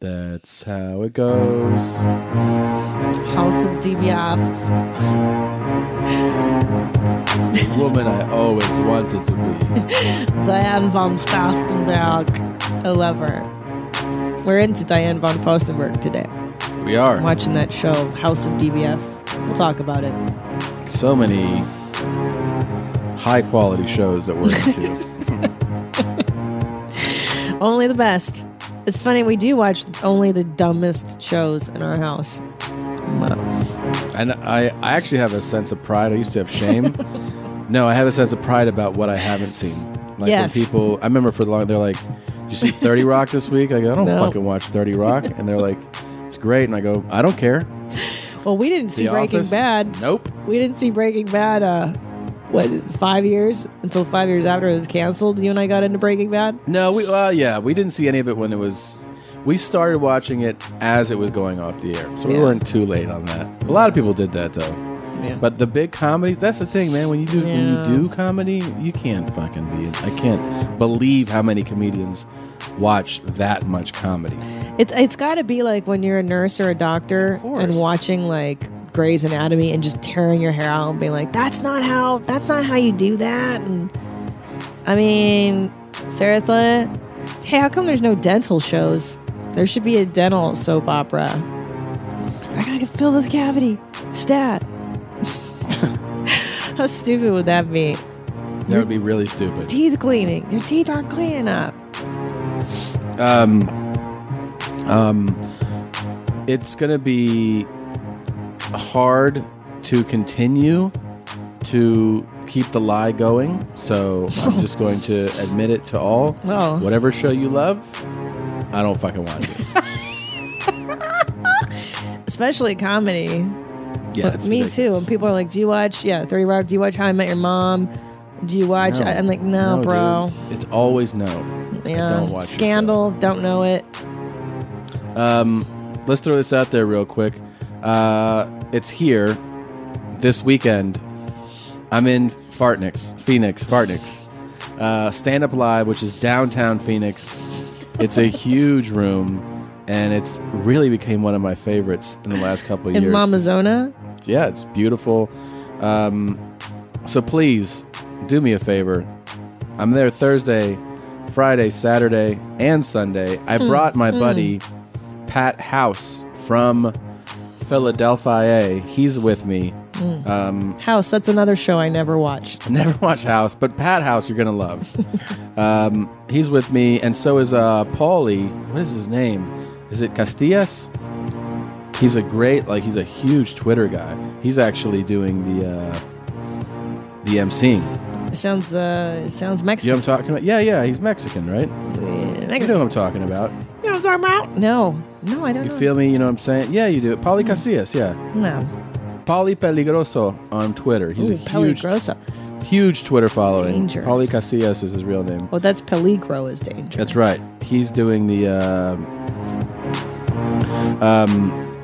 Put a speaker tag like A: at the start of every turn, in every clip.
A: That's how it goes.
B: House of DBF.
A: The woman I always wanted to be.
B: Diane von Fastenberg. I love her. We're into Diane von Fastenberg today.
A: We are.
B: I'm watching that show, House of DBF. We'll talk about it.
A: So many high quality shows that we're into.
B: Only the best. It's funny, we do watch only the dumbest shows in our house. But-
A: and I, I actually have a sense of pride. I used to have shame. no, I have a sense of pride about what I haven't seen. Like
B: Yes.
A: when people, I remember for the long, they're like, "Did you see 30 Rock this week? I go, I don't
B: No.
A: fucking watch 30 Rock. And they're like, it's great. And I go, I don't care.
B: Well, we didn't see
A: The
B: Breaking
A: Office?
B: Bad.
A: Nope.
B: We didn't see Breaking Bad, uh, what, five years? Until five years after it was canceled, you and I got into Breaking Bad?
A: No, we well, yeah, we didn't see any of it when it was. We started watching it as it was going off the air, so we
B: Yeah.
A: weren't too late on that. A lot of people did that though.
B: Yeah.
A: But the big comedies—that's the thing, man. When you do
B: Yeah.
A: when you do comedy, you can't fucking be. I can't believe how many comedians watch that much comedy.
B: It's it's got to be like when you're a nurse or a doctor
A: course.
B: and watching like Grey's Anatomy and just tearing your hair out and being like, "That's not how. That's not how you do that." And I mean, seriously, hey, how come there's no dental shows? There should be a dental soap opera. I gotta fill this cavity. Stat. how stupid would that be?
A: That would be really stupid.
B: Teeth cleaning. Your teeth aren't clean enough.
A: Um, um, it's gonna be hard to continue to keep the lie going. So I'm just going to admit it to all.
B: Oh.
A: Whatever show you love, I don't fucking watch it.
B: Especially comedy.
A: Yeah,
B: But
A: it's
B: me too.
A: ridiculous.
B: And people are like, "Do you watch? Yeah, Thirty Rock. Do you watch How I Met Your Mom? Do you watch?"
A: No.
B: I, am like, "No, bro.
A: dude. It's always no.
B: Yeah,
A: don't watch it,
B: Scandal. Don't know it.
A: Um, let's throw this out there real quick. Uh, it's here this weekend. I'm in Fartnix, Phoenix, Fartnix. Uh, Stand Up Live, which is downtown Phoenix. It's a huge room, and it's really became one of my favorites in the last couple of
B: In
A: years.
B: Mama Zona.
A: yeah, it's beautiful. Um, so please do me a favor. I'm there Thursday, Friday, Saturday, and Sunday. I brought my buddy Pat House from Philadelphia. He's with me. Um,
B: House. That's another show I never watched.
A: Never watch House, but Pat House you're gonna love. um, he's with me, and so is uh, Paulie. What is his name? Is it Castillas? He's a great, like he's a huge Twitter guy. He's actually doing the uh, the emceeing.
B: Sounds uh, sounds
A: You know
B: Mexican. Uh,
A: what I'm talking about? Yeah, yeah. He's Mexican, right? You know
B: Mexican.
A: what I'm talking about.
B: You know what I'm talking about? No, no, I don't.
A: You
B: know.
A: feel me? You know what I'm saying? Yeah, you do. Paulie Castillas, yeah.
B: no.
A: Paulie Peligroso on Twitter. He's
B: Ooh,
A: a huge,
B: Peligrosa.
A: huge Twitter following.
B: Dangerous.
A: Paulie Casillas is his real name.
B: Well, Oh, that's Peligro is danger.
A: That's right. He's doing the. Uh, um,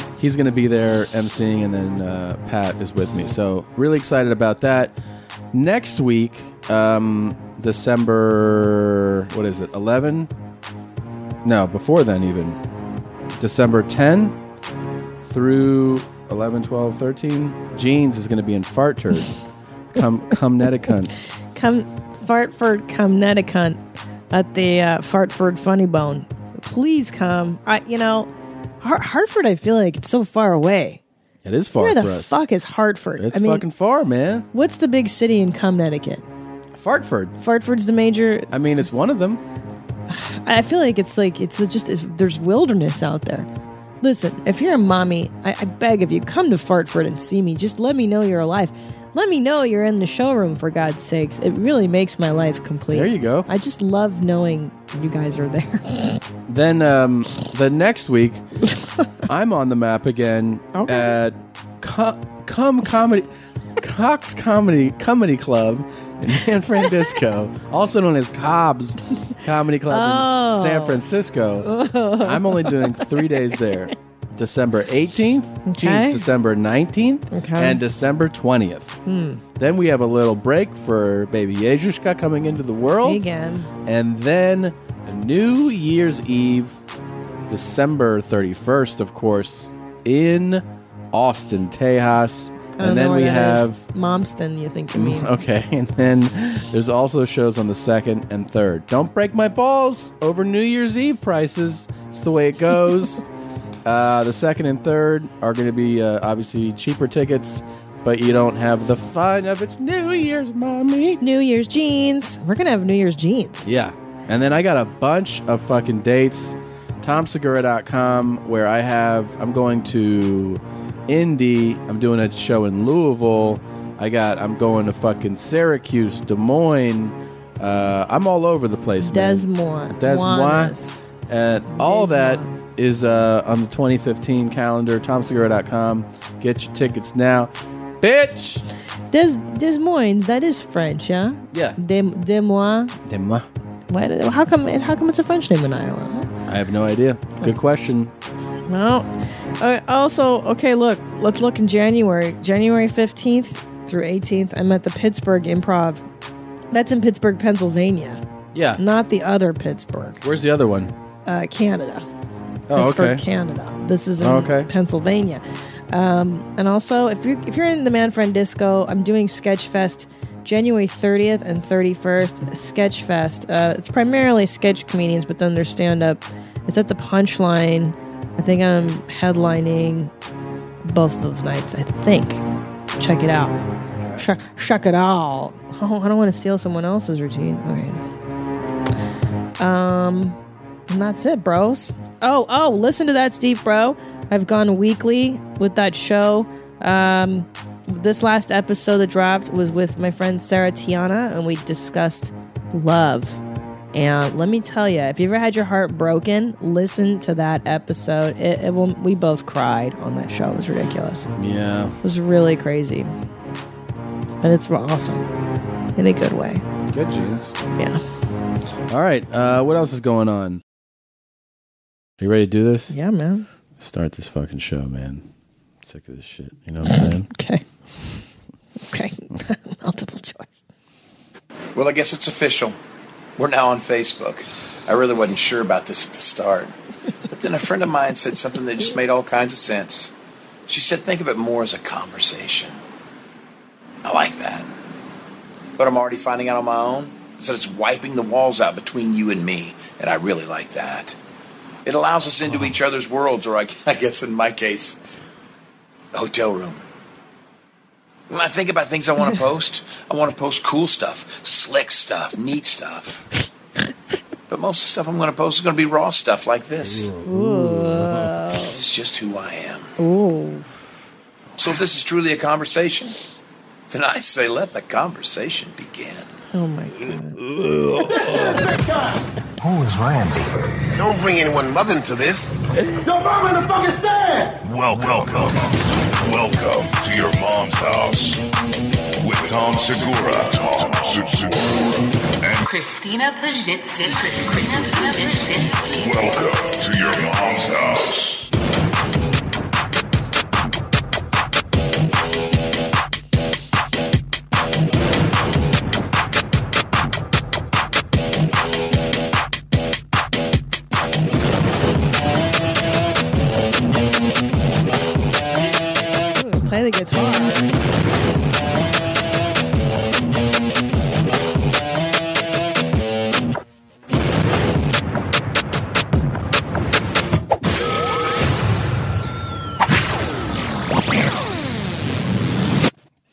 A: he's going to be there emceeing, and then uh, Pat is with me. So really excited about that. Next week, um, December what is it? Eleven? No, before then even. December 10 through 11, 12, 13. Jeans is going to be in Fart Turd. Come, come, Neticunt.
B: Come, Fartford, Connecticut, at the uh, Fartford Funny Bone. Please come. I, you know, Har- Hartford. I feel like it's so far away.
A: It is far
B: Where
A: for
B: the
A: us.
B: fuck is Hartford?
A: It's
B: I mean,
A: fucking far, man.
B: what's the big city in Connecticut?
A: Fartford.
B: Fartford's the major.
A: I mean, it's one of them.
B: I feel like it's like it's just if there's wilderness out there. Listen, if you're a mommy, I, I beg of you, come to Fartford and see me. Just let me know you're alive. Let me know you're in the showroom for God's sakes. It really makes my life complete.
A: There you go.
B: I just love knowing you guys are there.
A: Then um, the next week, I'm on the map again
B: Okay.
A: at Co- Come Comedy, Cox Comedy Comedy Club in San Francisco, also known as Cobb's Comedy Club
B: Oh.
A: in San Francisco. I'm only doing three days there. December 18th,
B: Okay.
A: Jeans, December 19th,
B: Okay. Hmm.
A: and December 20th. Then we have a little break for baby Yezhushka coming into the world.
B: Again.
A: And then New Year's Eve, December 31st, of course, in Austin, Tejas.
B: I don't
A: And
B: know
A: then
B: where
A: we
B: that is.
A: have
B: Momston. You think you mean?
A: Okay, and then there's also shows on the second and third. Don't break my balls over New Year's Eve prices. It's the way it goes. uh, the second and third are going to be uh, obviously cheaper tickets, but you don't have the fun of it's New Year's, mommy.
B: New Year's jeans. We're gonna have New Year's jeans.
A: Yeah, and then I got a bunch of fucking dates. TomSegura.com, where I have I'm going to Indy. I'm doing a show in Louisville. I got I'm going to fucking Syracuse, Des Moines. Uh, I'm all over the place, man.
B: Des Moines.
A: Des
B: Juanas.
A: And all
B: Des
A: that
B: Moines.
A: is uh, on the 2015 calendar. TomSegura.com. Get your tickets now, bitch.
B: Des Des Moines. That is French, huh?
A: Yeah.
B: Des Des Moines.
A: Des Moines.
B: Why? did- How come? How come it's a French name in Iowa?
A: I have no idea. Good question.
B: No. Uh, also, okay, look, let's look in January. January 15th through 18th, I'm at the Pittsburgh Improv. That's in Pittsburgh, Pennsylvania,
A: Yeah.
B: not the other Pittsburgh,
A: Where's the other one?
B: uh, Canada.
A: Oh,
B: Pittsburgh,
A: okay.
B: Canada. This is in
A: Oh, okay.
B: Pennsylvania. Um, and also, if you're, if you're in the Man Friend Disco, I'm doing Sketchfest January 30th and 31st. Sketchfest. Uh, it's primarily sketch comedians, but then there's stand up. It's at the Punchline. I think I'm headlining both of those nights, I think. Check it out. Check, check it out. Oh, I don't want to steal someone else's routine. Okay. Um, and that's it, bros. Oh, oh, listen to that, Steve, bro. I've gone weekly with that show. Um, this last episode that dropped was with my friend Sarah Tiana, and we discussed love. And let me tell you, if you ever had your heart broken, listen to that episode. It, it will, we both cried on that show. It was ridiculous.
A: Yeah.
B: It was really crazy, but it's awesome in a good way.
A: Good jeans.
B: Yeah.
A: All right. Uh, what else is going on? You ready to do this?
B: Yeah, man.
A: Start this fucking show, man. Sick of this shit. You know what I'm saying?
B: Okay. Okay. Multiple choice.
C: Well, I guess it's official. We're now on Facebook. I really wasn't sure about this at the start. But then a friend of mine said something that just made all kinds of sense. She said, think of it more as a conversation. I like that. But I'm already finding out on my own is that it's wiping the walls out between you and me, and I really like that. It allows us into each other's worlds, or I, I guess in my case, a hotel room. When I think about things I want to post, I want to post cool stuff, slick stuff, neat stuff. But most of the stuff I'm going to post is going to be raw stuff like this. This is just who I am.
B: Ooh.
C: So if this is truly a conversation, then I say let the conversation begin.
B: Oh my god.
D: Don't bring anyone mother into this.
E: Yo, mom in the fucking stand!
F: Welcome, welcome, welcome to your mom's house with Tom Segura, Tom Segura, and
G: Christina Pajitsky. Christina Pajitsky.
F: welcome to your mom's house.
B: Ooh, play the guitar.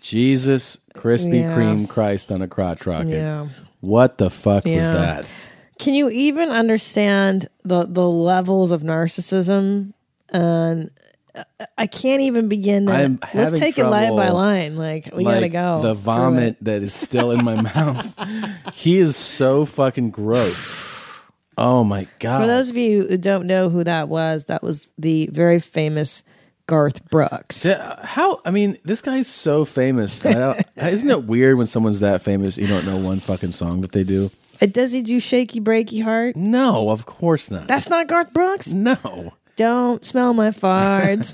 A: Jesus, Krispy
B: Yeah.
A: Kreme Christ on a crotch rocket.
B: Yeah.
A: What the fuck was
B: Yeah.
A: that?
B: Can you even understand the the levels of narcissism? And uh, I can't even begin. To,
A: I'm
B: let's
A: having
B: take it line by
A: trouble,
B: line. Like we gotta
A: Like,
B: go.
A: The
B: through it.
A: vomit that is still in my mouth. He is so fucking gross. Oh my god.
B: For those of you who don't know who that was, that was the very famous Garth Brooks.
A: Yeah, how? I mean, this guy's so famous. I don't, uh, isn't it weird when someone's that famous you don't know one fucking song that they do?
B: Uh, Does he do shaky breaky heart?
A: No, of course not.
B: That's not Garth Brooks.
A: no,
B: Don't smell my farts,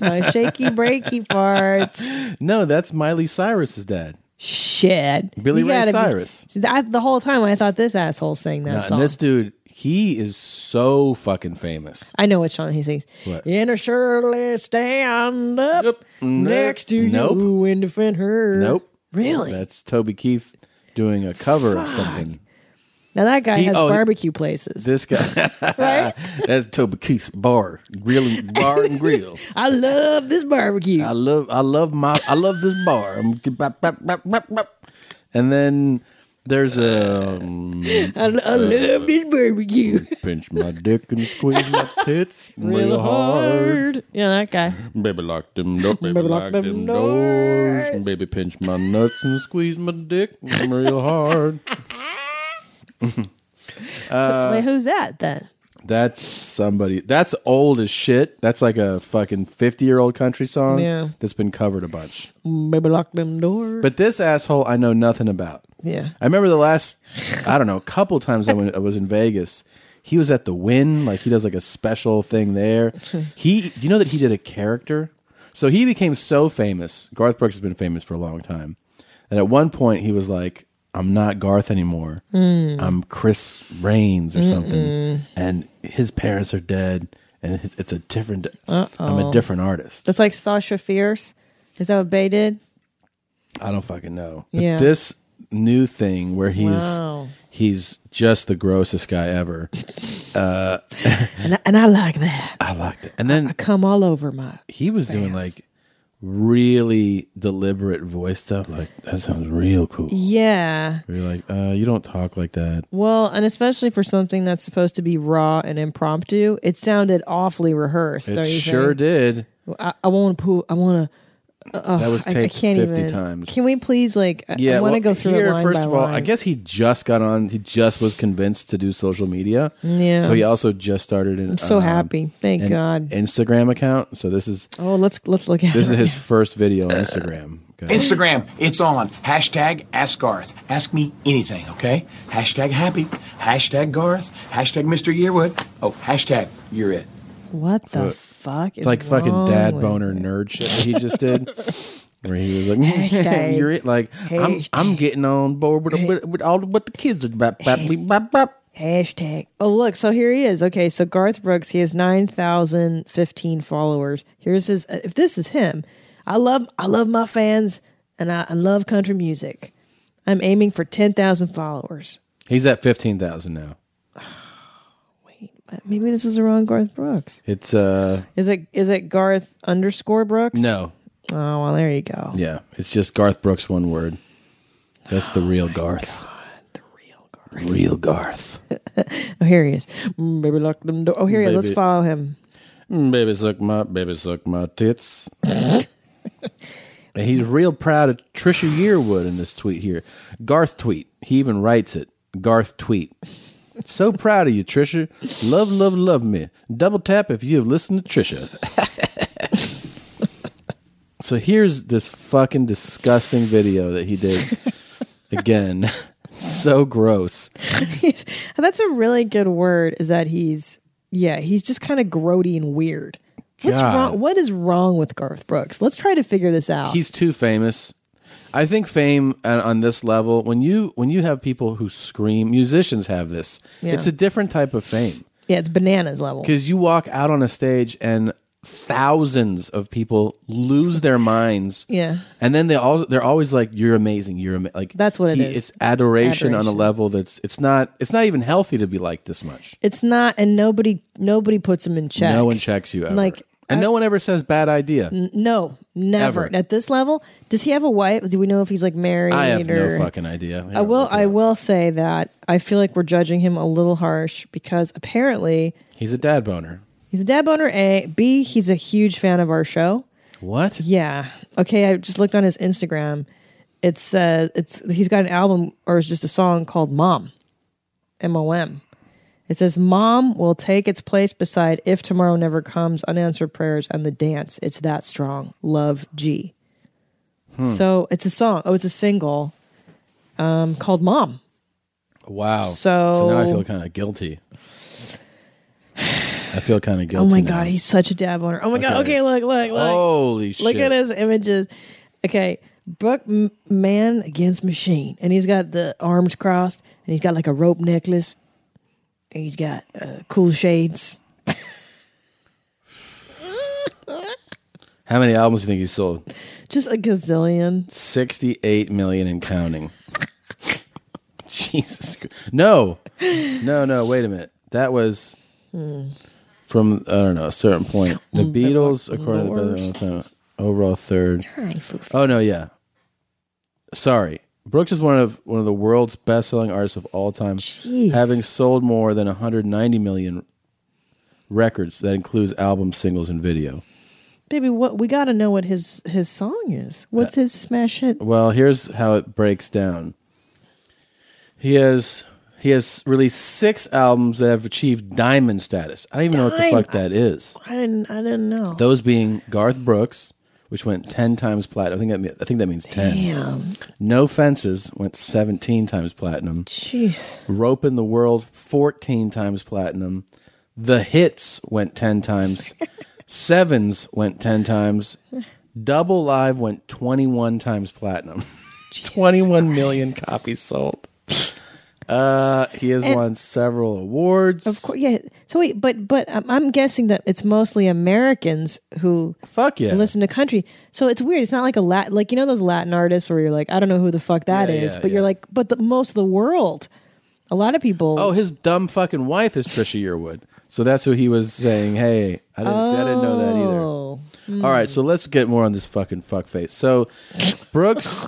B: my shaky breaky farts.
A: no, that's Miley Cyrus's dad,
B: Shit.
A: Billy
B: You
A: Ray
B: gotta be-
A: Cyrus.
B: See, that- the whole time I thought this asshole sang that
A: Uh,
B: song.
A: and this dude, He is so fucking famous.
B: I know what song he sings.
A: What?
B: And I surely stand up
A: Yep.
B: next to
A: Nope.
B: you and defend her.
A: Nope.
B: Really?
A: That's Toby Keith doing a cover of something.
B: now that guy
A: He-
B: has
A: oh, he-
B: barbecue places.
A: This guy,
B: right?
A: that's Toby Keith's bar, grill, and- bar and grill.
B: I love this barbecue.
A: I love, I love my, I love this bar. I'm- bop, bop, bop, bop, bop. And then there's a um,
B: I, I love this barbecue.
A: pinch my dick and squeeze my tits
B: Real
A: real hard.
B: Yeah, that guy.
A: Baby lock them doors, baby,
B: Baby
A: lock, them, doors. Baby pinch my nuts and squeeze my dick real hard. Uh,
B: Wait, who's that then?
A: That's somebody. That's old as shit. That's like a fucking 50-year-old country song
B: Yeah.
A: that's been covered a bunch.
B: Baby, lock them doors.
A: But this asshole I know nothing about.
B: yeah.
A: I remember the last I don't know, a couple times I, went, I was in Vegas. He was at the Win, like he does like a special thing there. He do you know that he did a character? So he became so famous. Garth Brooks has been famous for a long time. And at one point he was like, I'm not Garth anymore. I'm Chris Raines or something. And his parents are dead and it's, it's a different I'm a different artist.
B: That's like Sasha Fierce. Is that what Bay did?
A: I don't fucking know. But
B: Yeah.
A: this new thing where he's
B: Wow.
A: he's just the grossest guy ever.
B: And I, and I like that.
A: I liked it. And then
B: Come all over my.
A: he was doing like really deliberate voice stuff. Like that sounds real cool.
B: Yeah.
A: Where you're like, uh, you don't talk like that.
B: Well, and especially for something that's supposed to be raw and impromptu, it sounded awfully rehearsed.
A: It
B: don't you
A: sure
B: think?
A: did.
B: I, I want to poo. I want to.
A: that was
B: I, I
A: taped
B: can't
A: fifty
B: even.
A: times.
B: Can we please like? I- I want to
A: well,
B: go through
A: here,
B: it line
A: first
B: by
A: of all,
B: line.
A: I guess he just got on. He just was convinced to do social media.
B: Yeah.
A: So he also just started an. I'm
B: so happy. Thank God.
A: Instagram account. So this is
B: Oh, let's let's look at
A: this
B: it.
A: is his first video on Instagram. Okay.
H: Instagram, it's on. Hashtag Ask Garth. Ask me anything, okay? Hashtag happy. Hashtag Garth. Hashtag Mr. Yearwood. Oh, hashtag you're it.
B: What the
A: it-
B: fuck is
A: It's like fucking
B: wrong
A: dad
B: with-
A: boner nerd shit that he just did. Where he was like, "Mm,
B: Hashtag.
A: "You're it." Like I'm, I'm getting on board with, with, with all the, what the kids are bap, bap, beep, bap, bap.
B: Hashtag. Oh, look. So here he is. Okay. So Garth Brooks, he has 9,015 followers. Here's his, uh, if this is him, I love, I love my fans and I, I love country music. I'm aiming for 10,000 followers.
A: He's at fifteen thousand now.
B: But Uh, Maybe this is the wrong Garth Brooks.
A: It's uh
B: Is it, is it Garth underscore Brooks?
A: no,
B: Oh, well, there you go.
A: yeah, it's just Garth Brooks, one word. That's the real Garth.
B: Real Garth.
A: Real Garth.
B: Oh, here he is. Mm, baby, lock them door. Oh, here he is. Let's
A: Baby.
B: follow him.
A: Mm, baby suck my baby suck my tits. and he's real proud of Trisha Yearwood in this tweet here. Garth tweet. He even writes it. Garth tweet. So proud of you, Trisha. Love, love, love me. Double tap if you have listened to Trisha. so here's this fucking disgusting video that he did again. so gross.
B: And that's a really good word is that he's yeah he's just kind of grody and weird what's
A: God.
B: wrong what is wrong with garth brooks let's try to figure this out
A: he's too famous. I think fame on, on this level, when you when you have people who scream, musicians have this.
B: Yeah.
A: It's a different type of fame
B: yeah it's bananas level
A: because you walk out on a stage and thousands of people lose their minds.
B: Yeah.
A: and then they all they're always like, "You're amazing, you're ama-. like."
B: That's what it is.
A: It's adoration, on a
B: Adoration.
A: level that's it's not it's not even healthy to be like this much.
B: it's not and nobody nobody puts him in check
A: No one checks you ever.
B: Like,
A: and no one ever says bad idea.
B: no never
A: Ever.
B: at this level does he have a wife do we know if he's like married
A: I have
B: or
A: no fucking idea.
B: I will. I will say that I feel like we're judging him a little harsh because apparently
A: He's a dad boner.
B: he's a dad owner. A B. He's a huge fan of our show.
A: What?
B: Yeah. Okay. I just looked on his Instagram. It's uh, it's he's got an album or it's just a song called Mom, M O M. It says Mom will take its place beside If Tomorrow Never Comes, Unanswered Prayers, and The Dance. It's that strong. Love G. So it's a song. Oh, it's a single um, called Mom.
A: Wow.
B: So-
A: now I feel kind of guilty. I feel kind of guilty.
B: Oh my
A: now.
B: God, he's such a dab owner. Oh my God.
A: Okay.
B: Okay, look, look, look.
A: holy shit.
B: Look at his images. Okay, Brooke M- Man against Machine, and he's got the arms crossed, and he's got like a rope necklace. He's got uh, cool shades.
A: How many albums do you think he sold?
B: Just a gazillion.
A: 68 million and counting. Jesus. Christ. No. No, no, wait a minute. That was from, I don't know, a certain point. The Beatles, according to the
B: worst.
A: Beatles, uh, overall third.
B: Hi, Foofy.
A: Oh, no, yeah. Sorry. Brooks is one of one of the world's best-selling artists of all time,
B: Jeez.
A: having sold more than 190 million records. That includes albums, singles, and video.
B: Baby, what we got to know what his his song is. What's
A: Uh,
B: his smash hit?
A: Well, here's how it breaks down. He has he has released six albums that have achieved diamond status. I don't even know what the fuck that is.
B: I didn't I didn't know.
A: Those being Garth Brooks, which went ten times platinum. I think that mea- I think that means ten.
B: Damn.
A: No Fences went seventeen times platinum.
B: Jeez.
A: Rope in the World fourteen times platinum. The Hits went ten times. Sevens went ten times. Double Live went twenty one times platinum. Twenty-one million copies sold. Uh, he has
B: And-
A: won several awards.
B: Of course, yeah. So wait, but but um, I'm guessing that it's mostly Americans who
A: Fuck yeah.
B: listen to country. So it's weird. It's not like a lat like you know those Latin artists where you're like I don't know who the fuck that is,
A: Yeah, yeah,
B: but you're
A: yeah.
B: like but the most of the world, a lot of people.
A: Oh, his dumb fucking wife is Trisha Yearwood. So that's who he was saying, hey, I didn't, I didn't know that either.
B: Oh.
A: All right, so let's get more on this fucking fuckface. So, Brooks,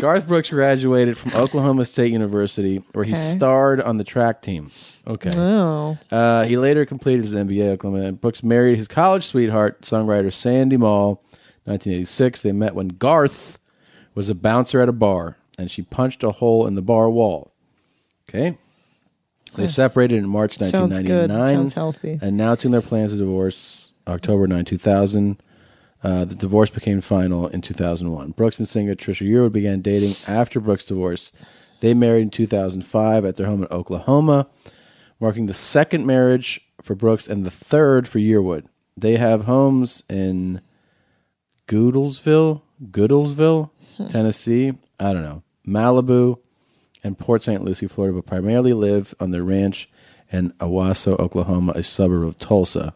A: Garth Brooks graduated from Oklahoma State University, where he
B: Okay.
A: starred on the track team. Okay.
B: Oh.
A: Uh, he later completed his MBA at Oklahoma. Brooks married his college sweetheart, songwriter Sandy Moll, 1986. They met when Garth was a bouncer at a bar, and she punched a hole in the bar wall. Okay. They separated in March
B: Sounds good.
A: 1999.
B: Sounds healthy.
A: Announcing their plans to divorce October 9, 2000. Uh, the divorce became final in 2001. Brooks and singer Trisha Yearwood began dating after Brooks' divorce. They married in 2005 at their home in Oklahoma, marking the second marriage for Brooks and the third for Yearwood. They have homes in Goodlesville, Goodlesville, Tennessee, I don't know, Malibu, and Port St. Lucie, Florida, but primarily live on their ranch in Owasso, Oklahoma, a suburb of Tulsa.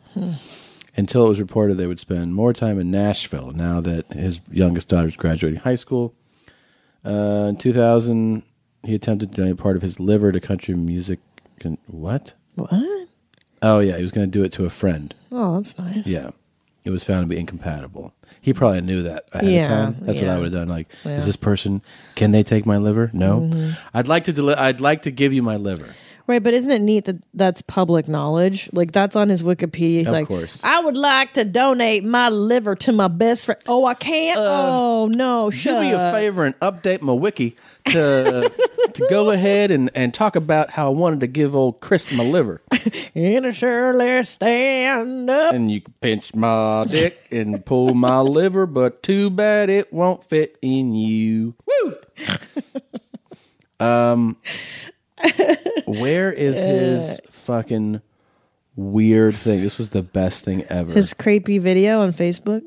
A: Until it was reported they would spend more time in Nashville now that his youngest daughter is graduating high school. Uh, in 2000, he attempted to donate part of his liver to country music. Con- what?
B: What?
A: Oh, yeah, he was going to do it to a friend.
B: Oh, that's nice.
A: Yeah. It was found to be incompatible. He probably knew that ahead
B: Yeah,
A: of time. That's what
B: yeah.
A: I would have done. Like,
B: Yeah. Mm-hmm.
A: is this person? Can they take my liver? No. I'd like to. Deli- I'd like to give you my liver.
B: Right, but isn't it neat that that's public knowledge? Like that's on his Wikipedia. He's
A: Of
B: like,
A: course.
B: I would like to donate my liver to my best friend. Oh, I can't. oh no,
A: Do
B: shut
A: Uh, me a
B: up.
A: favor and update my wiki to to go ahead and, and talk about how I wanted to give old Chris my liver,
B: In a surely stand up.
A: and you can pinch my dick and pull my liver, but too bad it won't fit in you. Woo. Um, where is
B: Uh,
A: his fucking weird thing? This was the best thing ever.
B: His creepy video on Facebook.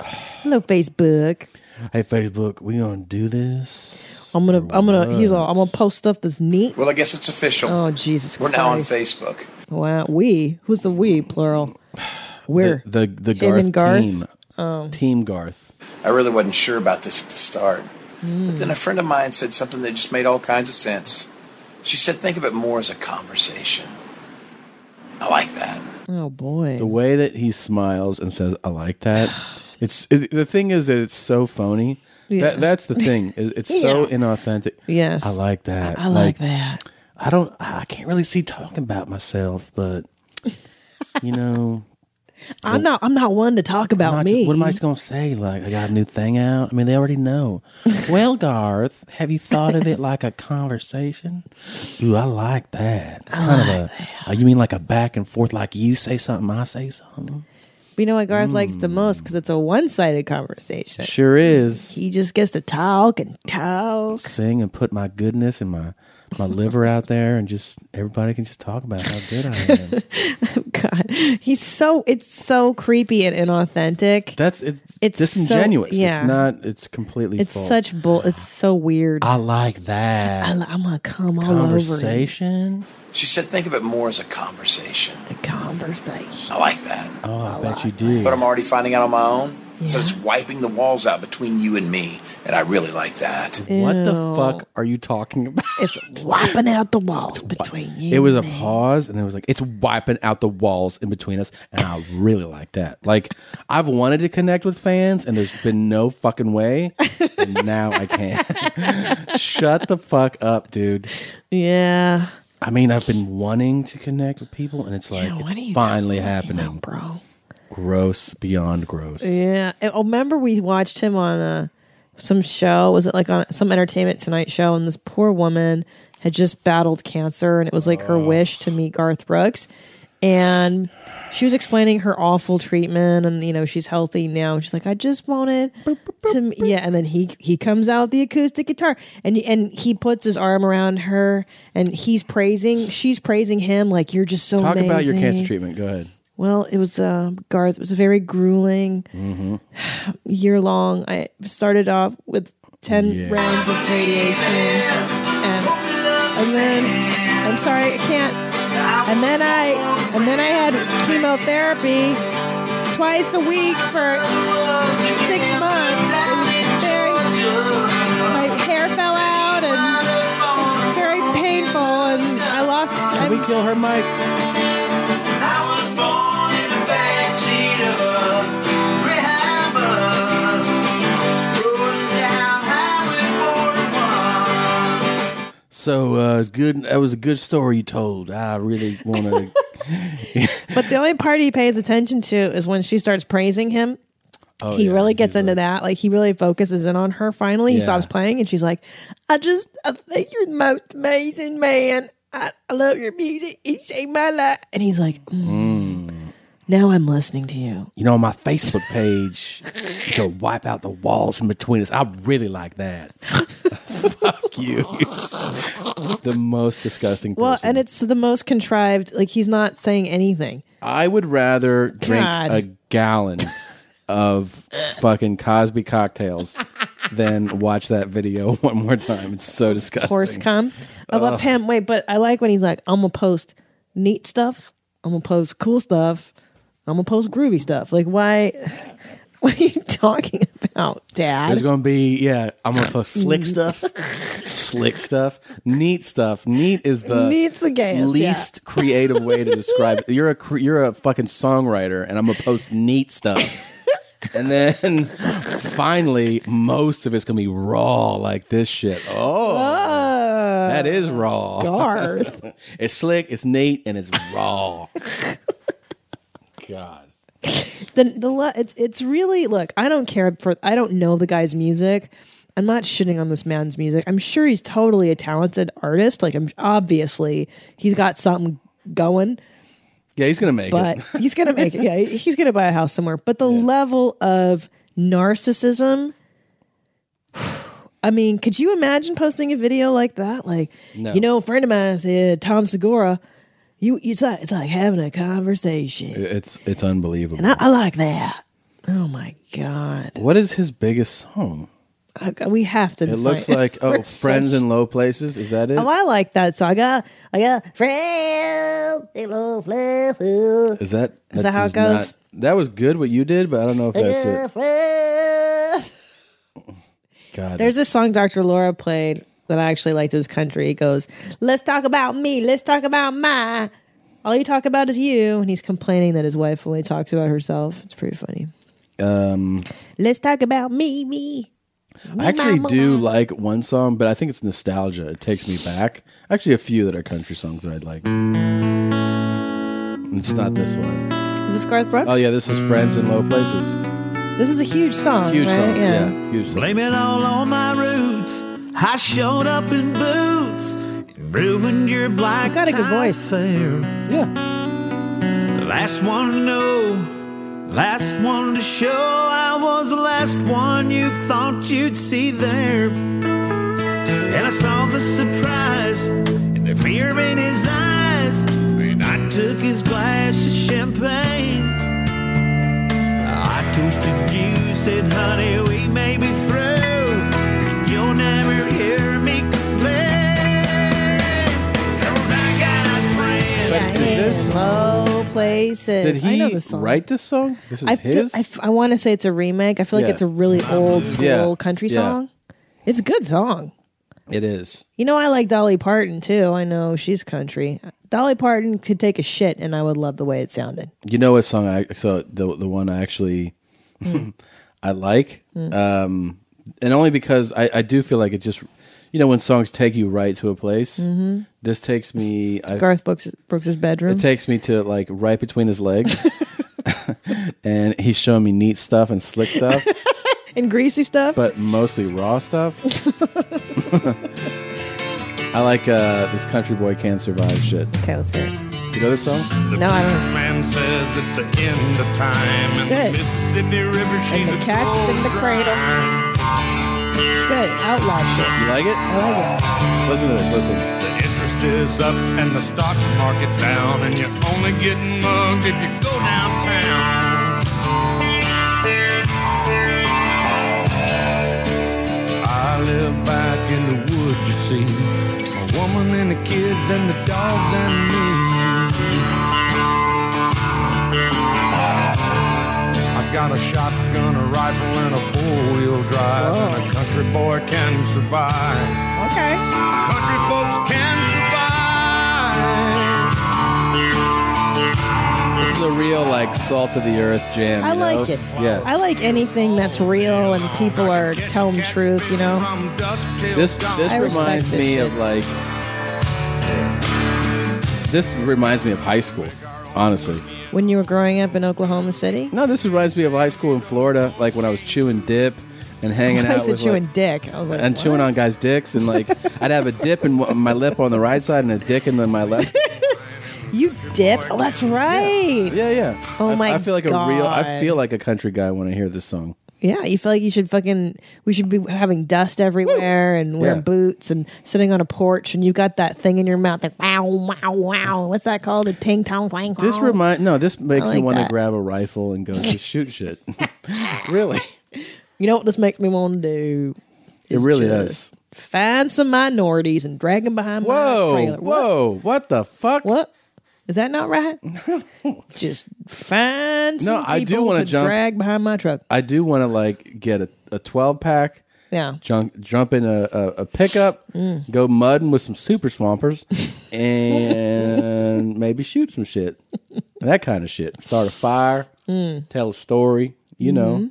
B: Hello, Facebook.
A: hey, Facebook, we gonna do this?
B: I'm gonna, I'm gonna. He's all. I'm gonna post stuff that's neat.
C: Well, I guess it's official.
B: Oh Jesus
C: We're
B: Christ!
C: now on Facebook.
B: Wow, we. Who's the we? Plural. We're.
A: the the, the
B: Him
A: Garth,
B: and Garth? Um.
A: team, team Garth.
C: I really wasn't sure about this at the start. But then a
B: Hmm.
C: friend of mine said something that just made all kinds of sense. She said, think of it more as a conversation. I like that.
B: oh boy.
A: the way that he smiles and says i like that it's it, the thing is that it's so phony
B: Yeah.
A: that, that's the thing It- it's so
B: Yeah.
A: inauthentic
B: Yes.
A: i like that
B: I like that.
A: i don't i can't really see talking about myself but you know
B: I'm not. I'm not one to talk about
A: I'm not-
B: me.
A: what am i just gonna say like i got a new thing out i mean they already know well garth have you thought of it like a conversation ooh i like that it's kind of a uh, you mean like a back and forth like you say something i say something
B: Uh, You know what Garth likes
A: Hmm.
B: the most because it's a one-sided conversation.
A: sure is
B: He just gets to talk and talk.
A: sing and put my goodness and my my liver out there, and just everybody can just talk about how good I am.
B: Oh, God, he's so it's so creepy and inauthentic.
A: That's it's,
B: It's so-
A: disingenuous.
B: yeah.
A: It's not. It's completely.
B: It's
A: false.
B: such bull. It's so weird.
A: I like that
B: I, am gonna come all over you.
A: conversation.
C: She said, think of it more as a conversation.
B: A conversation.
C: I like that.
A: Oh, I, bet you do.
C: But I'm already finding out on my own. So
B: Yeah.
C: it's wiping the walls out between you and me. And I really like that.
A: What the
B: Ew.
A: fuck are you talking about?
B: It's wiping out the walls between you.
A: It was a
B: and me.
A: pause, and it was like it's wiping out the walls in between us, and I really like that. Like I've wanted to connect with fans, and there's been no fucking way, and now I can. Shut the fuck up, dude.
B: Yeah.
A: I mean, I've been wanting to connect with people, and it's like
B: Yeah, what are you
A: it's finally
B: talking
A: happening.
B: about, bro?
A: Gross beyond gross.
B: Yeah. I I remember we watched him on uh, some show. Was it like on some Entertainment Tonight show? And this poor woman had just battled cancer, and it was like her
A: Oh.
B: wish to meet Garth Brooks. And she was explaining her awful treatment, and you know she's healthy now. She's like, I just wanted to, m- yeah. And then he he comes out with the acoustic guitar, and and he puts his arm around her, and he's praising, she's praising him, like you're just so
A: Talk
B: amazing.
A: about your cancer treatment. Go ahead.
B: Well, it was uh, Garth. It was a very grueling year long. I started off with ten
A: Yeah.
B: rounds of radiation, and and then I'm sorry, I can't. And then I and then I had chemotherapy twice a week for six months. It was very, my hair fell out and it was very painful, and I lost.
A: Can
B: I'm-
A: we kill her, Mike? So uh, it's good. That was a good story you told. I really want to.
B: But the only part he pays attention to is when she starts praising him. Oh, he really gets into that. Like he really focuses in on her. Finally, he
A: Yeah.
B: stops playing, and she's like, "I just, I think you're the most amazing man. I, I love your music. You saved my life." And he's like, "Mm, "Now I'm listening to you."
A: you know, on my Facebook page to wipe out the walls in between us. I really like that. Fuck you. the most disgusting.
B: Well,
A: person.
B: and it's the most contrived. Like he's not saying anything.
A: I would rather drink
B: God.
A: a gallon of fucking Cosby cocktails than watch that video one more time. It's so disgusting.
B: Horse come. I
A: Uh.
B: love him. Wait, but I like when he's like, "I'm gonna post neat stuff. I'm gonna post cool stuff. I'm gonna post groovy stuff." Like, why? What are you talking about, Dad?
A: There's gonna be yeah. I'm gonna post slick stuff, slick stuff, neat stuff. Neat is the
B: Neat's the gayest,
A: least creative way to describe. It. You're a cre- you're a fucking songwriter, and I'm gonna post neat stuff. And then finally, most of it's gonna be raw like this shit. Oh,
B: Uh,
A: that is raw.
B: Garth.
A: It's slick, it's neat, and it's raw. God.
B: the the le- it's it's really look. I don't care for. I don't know the guy's music. I'm not shitting on this man's music. I'm sure he's totally a talented artist. Like I'm obviously he's got something going.
A: Yeah, he's gonna make
B: but
A: it.
B: he's gonna make it. Yeah, he's gonna buy a house somewhere. But the level of narcissism. I mean, could you imagine posting a video like that? Like,
A: No.
B: you know, a friend of mine said Tom Segura. You, it's like it's like having a conversation,
A: It's it's unbelievable.
B: and I, I like that. Oh my god,
A: what is his biggest song?
B: I- we have to.
A: It looks like oh, friends in low places. Is that it?
B: Oh, I like that. So I got, I got friends in low places.
A: Is that is
B: that how it goes?
A: that was good what you did, but I don't know if that's it.
B: Friends.
A: God,
B: There's this song Dr. Laura played that I actually liked. It was country. It goes, Let's talk about me. Let's talk about my. All you talk about is you. And he's complaining that his wife only talks about herself. It's pretty funny.
A: um,
B: Let's talk about me, me.
A: I actually
B: mama.
A: do like one song, but I think it's nostalgia. It takes me back. Actually, a few that are country songs that I'd like. It's not this one.
B: Is this Garth Brooks?
A: Oh yeah, this is friends in low places.
B: This is a huge song.
A: Huge
B: right?
A: song. Yeah, huge song.
I: Blame it all on my roots. I showed up in boots, ruined your black.
B: He's got a good
I: tie
B: voice.
I: affair.
A: Yeah,
I: Last one to know, last one to show. I was the last one you thought you'd see there. and I saw the surprise and the fear in his eyes. And I took his glass of champagne. I toasted you, said, honey, we may be through. and You'll never hear me complain. 'Cause I got a friend.
A: But is this-
B: low places.
A: Did he
B: I know this song.
A: write this song? This is
B: I feel,
A: his.
B: I, f- I want to say it's a remake. I feel like
A: Yeah.
B: it's a really old school
A: Yeah,
B: country
A: yeah.
B: song. It's a good song.
A: it is.
B: You know, I like Dolly Parton too. I know she's country. Dolly Parton could take a shit, and I would love the way it sounded.
A: You know what song I so the the one I actually I like, um, and only because I, I do feel like it just you know when songs take you right to a place. This takes me. I,
B: Garth Brooks, Brooks's bedroom.
A: it takes me to like right between his legs, and he's showing me neat stuff and slick stuff,
B: and greasy stuff.
A: but mostly raw stuff. I like uh, this country boy can survive shit.
B: okay, let's hear it.
A: You know this song?
B: No, I don't.
I: man says it's the end of time. and
B: good.
I: the Mississippi River, she's
B: the
I: a
B: cat's in the
I: gold
B: cradle.
I: mine.
B: It's good. Outlaw shit.
A: You like it?
B: I like it.
A: Listen to this. Listen.
I: The interest is up and the stock market's down, and you're only getting mugged if you go downtown. I live back in the woods, you see. A woman and the kids and the dogs and me. I got a shotgun, a rifle, and a four-wheel drive, and a country boy can survive.
B: Okay.
I: Country folks can survive.
A: This is a real like salt of the earth jam.
B: I
A: you
B: like
A: know?
B: it.
A: Yeah.
B: I like anything that's real and people are telling the truth, you know?
I: From dusk till
A: this
I: dawn.
A: this
B: I respect
A: reminds
B: it,
A: me
B: dude.
A: of like this reminds me of high school. Honestly,
B: When you were growing up in Oklahoma City?
A: no, this reminds me of high school in Florida. Like when I was chewing dip and hanging
B: I
A: out
B: said
A: with
B: chewing
A: like,
B: dick. I was like,
A: and
B: what?
A: chewing on guys' dicks and like I'd have a dip in one- my lip on the right side and a dick in the, my left.
B: You dipped? Oh, that's right. Yeah.
A: Yeah, yeah.
B: Oh
A: I,
B: my
A: I feel like a real. I
B: God.
A: feel like a country guy when I hear this song.
B: you feel like you should fucking, we should be having dust everywhere and wearing
A: Yeah.
B: boots and sitting on a porch and you've got that thing in your mouth like, wow, wow, wow. What's that called? A ting tong twang
A: This
B: twang.
A: remind no. This makes me
B: Oh. like
A: want to
B: that.
A: grab a rifle and go just shoot shit. really,
B: You know what this makes me want to do?
A: it
B: is
A: really
B: just
A: does.
B: Find some minorities and drag them behind
A: Whoa,
B: my trailer. What?
A: whoa, what? the fuck?
B: What? Is that not right? Just find
A: No,
B: some
A: I do
B: people
A: wanna
B: to
A: jump-
B: drag behind my truck.
A: I do want to like get a, a 12 pack,
B: Yeah.
A: jump, jump in a, a, a pickup,
B: Mm.
A: go mudding with some super swampers, and maybe shoot some shit. That kind of shit. Start a fire,
B: Mm.
A: tell a story, you know.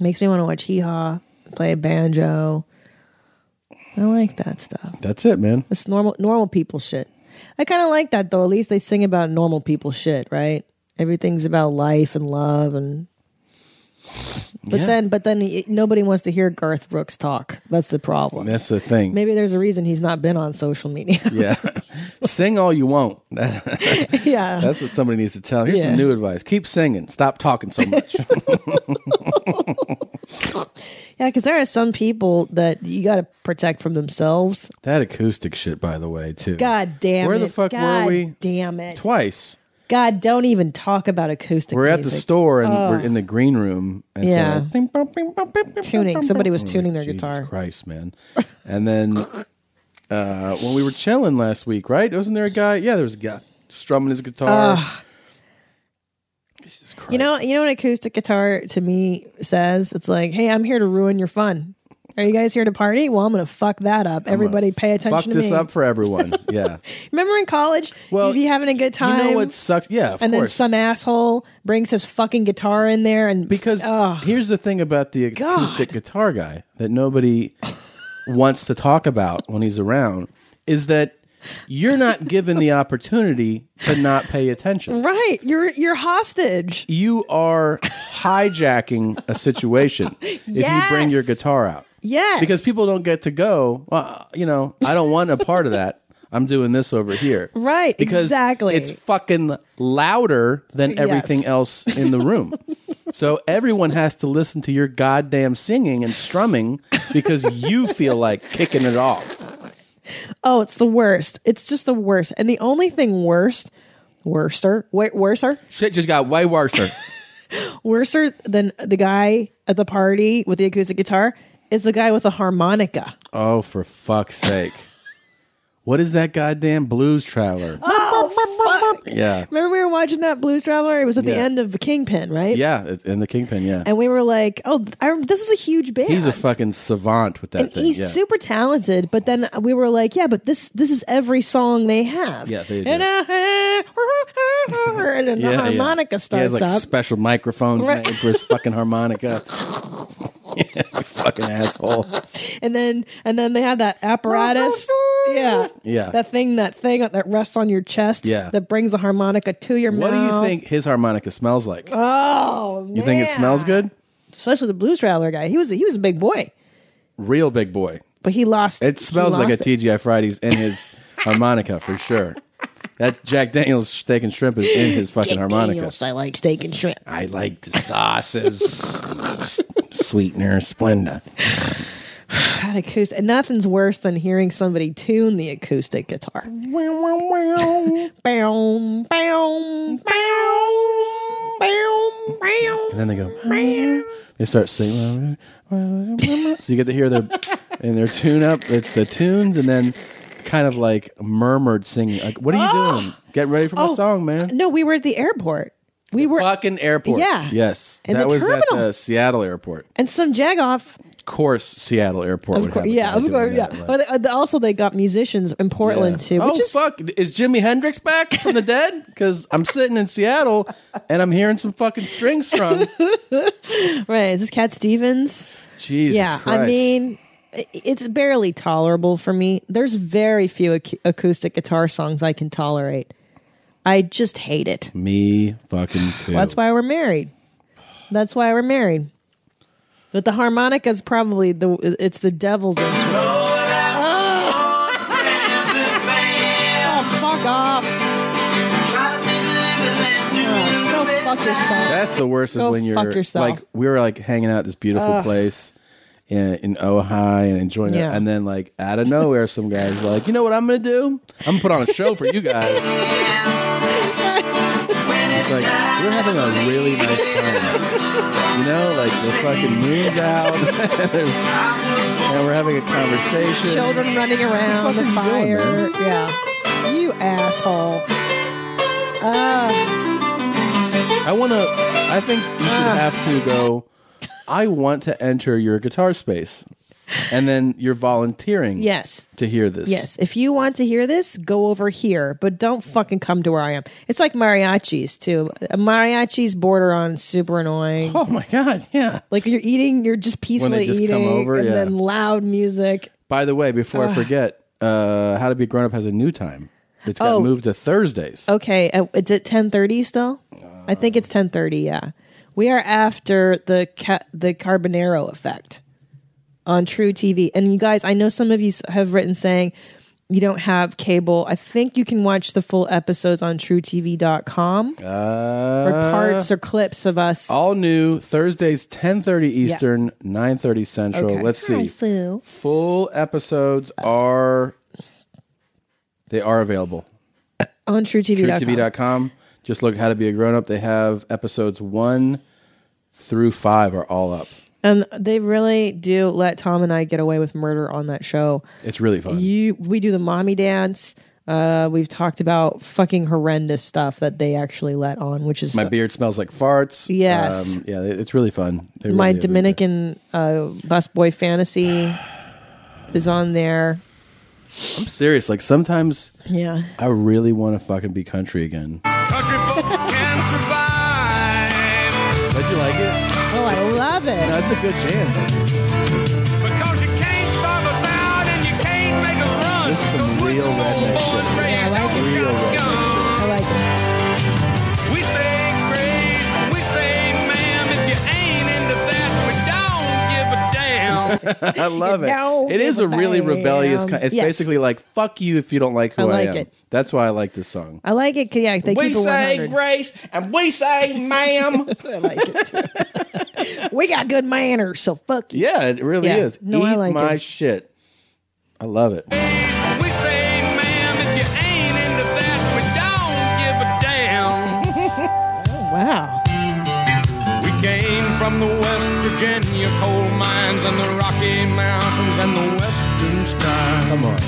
B: Makes me want to watch hee haw, play a banjo. I like that stuff.
A: That's it, man.
B: It's normal normal people shit. I kind of like that though. At least they sing about normal people shit, right? Everything's about life and love and. But
A: Yeah.
B: then, but then y- nobody wants to hear Garth Brooks talk. That's the problem.
A: That's the thing.
B: Maybe there's a reason he's not been on social media.
A: Yeah. Sing all you want.
B: yeah.
A: That's what somebody needs to tell. Here's
B: Yeah.
A: some new advice. Keep singing. Stop talking so much.
B: Yeah, because there are some people that you got to protect from themselves.
A: that acoustic shit, by the way, too.
B: God damn
A: Where
B: it.
A: the fuck were
B: God
A: we?
B: Damn it.
A: Twice.
B: God, don't even talk about acoustic
A: We're at the
B: music.
A: store and we're in the green room. And
B: Yeah.
A: so- Bing, bong, bing, bong, bing, bing,
B: Tuning.
A: bong,
B: Somebody
A: bong.
B: was
A: I'm like,
B: tuning their
A: Jesus
B: guitar."
A: Christ, man. And then uh, when we were chilling last week, right? Wasn't there a guy? Yeah, there was a guy strumming his guitar. Jesus Christ.
B: You know, you know what acoustic guitar to me says? It's like, hey, I'm here to ruin your fun. Are you guys here to party? Well, I'm going to fuck that up. Everybody pay attention
A: fuck
B: to
A: this
B: me.
A: up for everyone. Yeah.
B: Remember in college,
A: Well,
B: you'd be having a good
A: you
B: time.
A: know what sucks? Yeah, of
B: and then
A: course.
B: some asshole brings his fucking guitar in there and
A: because
B: Ugh.
A: here's the thing about the acoustic guitar guy that nobody wants to talk about when he's around is that you're not given the opportunity to not pay attention.
B: right, you're you're hostage.
A: you are hijacking a situation if you bring your
B: Yes.
A: guitar out
B: Yes,
A: because people don't get to go well you know i don't want a part of that i'm doing this over here
B: Right,
A: because
B: exactly.
A: it's fucking louder than
B: Yes.
A: everything else in the room so everyone has to listen to your goddamn singing and strumming because you feel like kicking it off
B: Oh, it's the worst. It's just the worst. And the only thing worst, worser, wait, worser,
A: Shit just got way worse.
B: worser than the guy at the party with the acoustic guitar is the guy with the harmonica.
A: oh, for fuck's sake. What is that goddamn blues traveler?
B: Uh, Oh, fuck.
A: Yeah.
B: Remember we were watching that Blues Traveler? It was at the
A: Yeah.
B: end of Kingpin, right?
A: Yeah, it's in the Kingpin, yeah.
B: And we were like, oh, I, this is a huge band.
A: He's a fucking savant with that
B: And
A: thing.
B: he's
A: yeah.
B: super talented, but then we were like, "Yeah, but this this is every song they have."
A: Yeah, they do.
B: and, uh, and then
A: Yeah,
B: the
A: yeah.
B: harmonica
A: He
B: starts
A: has like
B: up.
A: special microphones
B: Right.
A: made for his fucking harmonica. You fucking asshole.
B: and then and then they have that apparatus. yeah,
A: Yeah.
B: That thing, that thing that rests on your chest.
A: Yeah.
B: that brings the harmonica to your
A: What do
B: mouth.
A: you think his harmonica smells like?
B: Oh,
A: you think it smells good?
B: Especially the blues traveler guy. He was a, he was a big boy,
A: Real big boy.
B: but he lost.
A: It
B: he
A: smells like a
B: lost it.
A: TGI Fridays in his harmonica for sure. That Jack Daniels steak and shrimp is in his fucking harmonica.
B: Daniels, I like steak and shrimp.
A: I like the sauces, sweetener, Splenda.
B: God, acoustic. And nothing's worse than hearing somebody tune the acoustic guitar. Boom, boom, boom, boom, boom.
A: And then they go. They start singing. So you get to hear their in their tune up. It's the tunes, and then kind of like murmured singing. Like, what are you doing? Get ready for my
B: Oh.
A: song, man.
B: No, we were at the airport. We were,
A: Fucking airport.
B: Yeah.
A: Yes.
B: In
A: that
B: the
A: was at
B: terminal.
A: the Seattle airport.
B: and some jagoff.
A: Of course, Seattle airport.
B: Of
A: would
B: course,
A: have a
B: yeah,
A: guy
B: of
A: doing
B: course, yeah.
A: that, like-
B: Well, they- uh, they- also, they got musicians in Portland too,
A: Oh
B: which is
A: fuck! Is Jimi Hendrix back from the dead? Because I'm sitting in Seattle and I'm hearing some fucking strings strung.
B: right. Is this Cat Stevens?
A: Jesus
B: yeah,
A: Christ!
B: I mean, i- it's barely tolerable for me. There's very few ac- acoustic guitar songs I can tolerate. I just hate it.
A: me fucking. Too.
B: That's why we're married. That's why we're married. But the harmonica is probably the it's the devil's instrument. Oh, fuck off! Oh, go fuck yourself.
A: That's the worst is
B: Go
A: when you're
B: fuck yourself.
A: like we were like hanging out at this beautiful place in, in Ojai and enjoying
B: Yeah.
A: it, and then like out of nowhere, some guys were like, you know what I'm gonna do? I'm gonna put on a show for you guys. it's like we're having a really nice time, you know, like the fucking moon's out, and, there's, and we're having a conversation.
B: Children running around, the
A: What the fuck are you
B: fire.
A: doing,
B: yeah, you asshole. Uh,
A: I want to. I think you should
B: Ah.
A: have to go. I want to enter your guitar space, and then you're volunteering.
B: yes.
A: to hear this.
B: Yes, if you want to hear this, go over here, but don't fucking come to where I am. It's like mariachis too. Mariachis border on super annoying.
A: Oh my god. Yeah.
B: Like you're eating, you're just peacefully
A: just come
B: eating,
A: over,
B: and
A: yeah.
B: then loud music.
A: By the way, before
B: Ah.
A: I forget, uh, How to Be a Grown Up has a new time. It's got
B: Oh.
A: moved to Thursdays.
B: Okay, uh, it's at ten thirty still. I think it's ten thirty. Yeah, we are after the ca- the Carbonaro effect on True TV, and you guys, I know some of you s- have written saying you don't have cable. I think you can watch the full episodes on TrueTV.com or
A: Uh,
B: parts or clips of us.
A: All new Thursdays, ten thirty Eastern, nine thirty Central.
B: Okay.
A: Let's see.
B: Foo.
A: Full episodes are they are available.
B: on TrueTV.com.
A: TrueTV.com. Just look how to be a grown up. They have episodes one through five are all up.
B: and they really do let Tom and I get away with murder on that show.
A: It's really fun.
B: you we do the mommy dance uh we've talked about fucking horrendous stuff that they actually let on which is
A: My
B: my,
A: beard smells like farts. Um,
B: Yes.
A: yeah, it- it's really fun. They really have a good time.
B: dominican uh busboy fantasy is on there
A: I'm serious. Like sometimes
B: yeah
A: I really want to fucking be country again. Did you like it?
B: oh i love it
A: That's a good jam. This is some real redneck shit.
B: i like it
A: Real redneck.
B: i like it
A: I love it.
B: No,
A: it is a really
B: damn.
A: rebellious. Kind, it's
B: Yes.
A: basically like fuck you if you don't like who
B: I
A: I,
B: like
A: am.
B: it.
A: That's why I like this song.
B: i like it 'cause, yeah they keep it 100
A: grace and we say ma'am.
B: i like it we got good manners so fuck you
A: yeah, it really
B: Yeah.
A: is.
B: No, I
A: Eat
B: like
A: my
B: it.
A: shit. I love it.
I: We
J: from the West Virginia coal mines and the Rocky Mountains and the western sky.
A: Come on.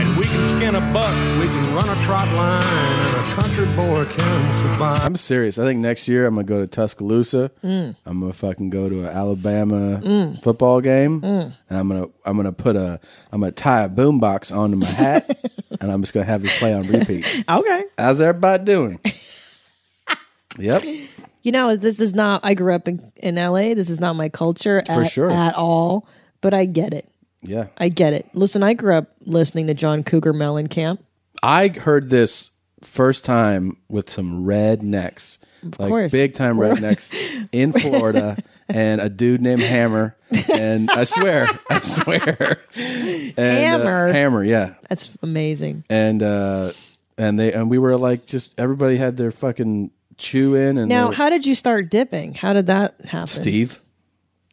J: And we can skin a buck, we can run a trot line, and a country boy can survive.
A: I'm serious. I think next year I'm gonna go to Tuscaloosa.
J: Mm.
A: I'm gonna fucking go to an Alabama
J: Mm.
A: football game,
J: Mm.
A: and I'm gonna I'm gonna put a I'm gonna tie a boombox onto my hat, and I'm just gonna have this play on repeat.
B: Okay.
A: How's everybody doing? yep.
B: You know, this is not. I grew up in, in LA. This is not my culture
A: For
B: at,
A: sure.
B: at all. But I get it.
A: Yeah.
B: I get it. Listen, I grew up listening to John Cougar Mellencamp.
A: I heard this first time with some rednecks, like
B: course.
A: big time
B: We're-
A: rednecks in Florida, and a dude named Hammer. And I swear, I swear, and, uh,
B: Hammer?
A: Hammer, yeah.
B: That's amazing.
A: And uh, and they and we were like, just everybody had their fucking chew in, and they
B: Now,
A: were-
B: how did you start dipping? How did that happen?
A: Steve,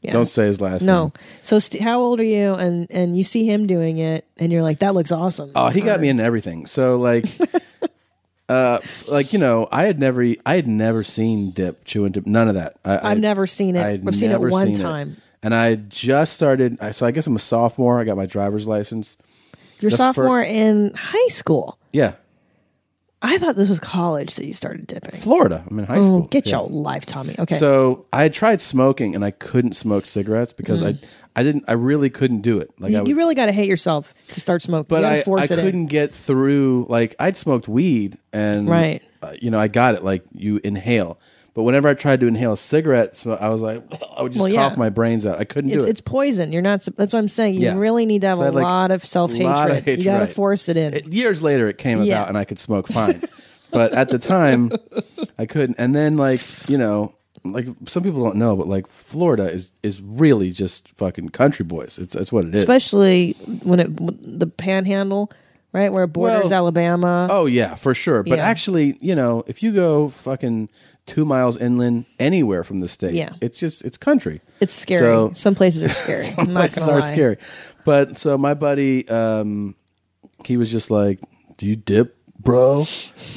B: Yeah.
A: don't say his last
B: No.
A: name.
B: So, St- how old are you? And and you see him doing it, and you're like, that looks awesome.
A: Oh, he got me into everything. So like, uh, like you know, I had never, I had never seen dip chewing dip, none of that. I, I-
B: I've never seen it.
A: I had
B: I've seen it
A: never
B: one
A: seen
B: time.
A: And I had just started. I- So I guess I'm a sophomore. I got my driver's license.
B: You're
A: The fir-
B: sophomore in high school.
A: yeah,
B: I thought this was college that you started dipping.
A: Florida. I'm in high
B: Oh,
A: school.
B: get
A: Yeah.
B: your life, Tommy. Okay.
A: So I had tried smoking, and I couldn't smoke cigarettes because
B: Mm.
A: I, I didn't, I really couldn't do it. Like
B: you,
A: I would,
B: you really got to hate yourself to start smoking.
A: but
B: you gotta
A: I, I
B: force it in.
A: couldn't get through. Like I'd smoked weed and
B: Right.
A: uh, you know, I got it. Like you inhale, but whenever I tried to inhale a cigarette, so I was like, I would just
B: Well, yeah.
A: cough my brains out. I couldn't
B: It's,
A: do it.
B: it's poison. You're not. sup- That's what I'm saying. You
A: Yeah.
B: really need to have
A: So I
B: a
A: had, like,
B: lot of self
A: lot of
B: hatred.
A: hatred,
B: You got to
A: right.
B: force it in.
A: It- years later, it came
B: Yeah.
A: about, and I could smoke fine. but at the time, I couldn't. And then, like you know, like some people don't know, but like Florida is is really just fucking country boys. It's that's what it is.
B: especially when it w- the panhandle, right where it borders
A: Well,
B: Alabama.
A: Oh yeah, for sure. But
B: Yeah.
A: actually, you know, if you go fucking two miles inland anywhere from the state,
B: Yeah.
A: it's just it's country.
B: It's scary.
A: So-
B: Some places are scary. I'm not
A: places
B: gonna
A: are
B: lie.
A: scary. But so my buddy, um, he was just like, "Do you dip, bro?"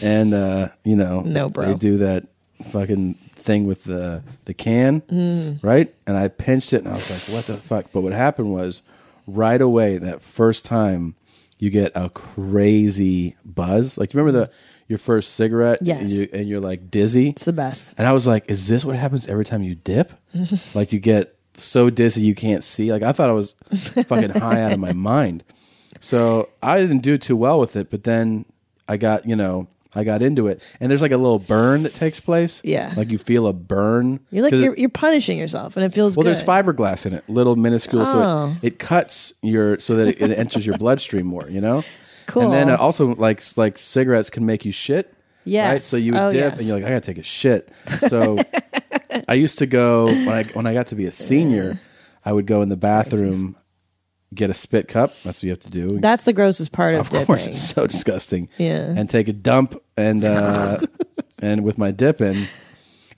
A: And uh, you know,
B: No, bro.
A: They do that fucking thing with the the can,
B: Mm.
A: right? And I pinched it, and I was like, "What the fuck?" But what happened was, right away, that first time, you get a crazy buzz. Like, remember the your first cigarette? And,
B: Mm. Yes.
A: you, and you're like dizzy. It's
B: the best.
A: And I was like, "Is this what happens every time you dip?" like you get so dizzy you can't see. Like I thought I was fucking high out of my mind. So I didn't do too well with it, but then I got, you know, I got into it. And there's like a little burn that takes place.
B: Yeah.
A: Like you feel a burn.
B: You're like
A: 'Cause it-
B: you're, you're punishing yourself, and it feels
A: well,
B: good.
A: there's fiberglass in it, little minuscule,
B: Oh.
A: so it, it cuts your so that it, it enters your bloodstream more. You know,
B: Cool.
A: And then uh, also like like cigarettes can make you shit. Right?
B: Yes.
A: So you would
B: Oh,
A: dip,
B: yes.
A: and you're like, I gotta take a shit. So I used to go when I when I got to be a senior, I would go in the bathroom, get a spit cup. That's what you have to do.
B: That's the grossest part of,
A: of course,
B: dipping.
A: it's so disgusting.
B: Yeah.
A: And take a dump and uh, and with my dip in.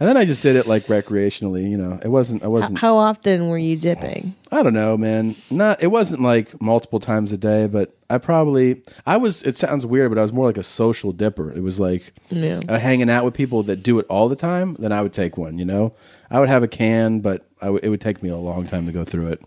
A: And then I just did it like recreationally, you know. It wasn't I wasn't
B: How often were you dipping?
A: I don't know, man. Not it wasn't like multiple times a day, but I probably I was. It sounds weird, but I was more like a social dipper. It was like
B: Yeah.
A: uh, hanging out with people that do it all the time. Then I would take one. You know, I would have a can, but I w- it would take me a long time to go through it.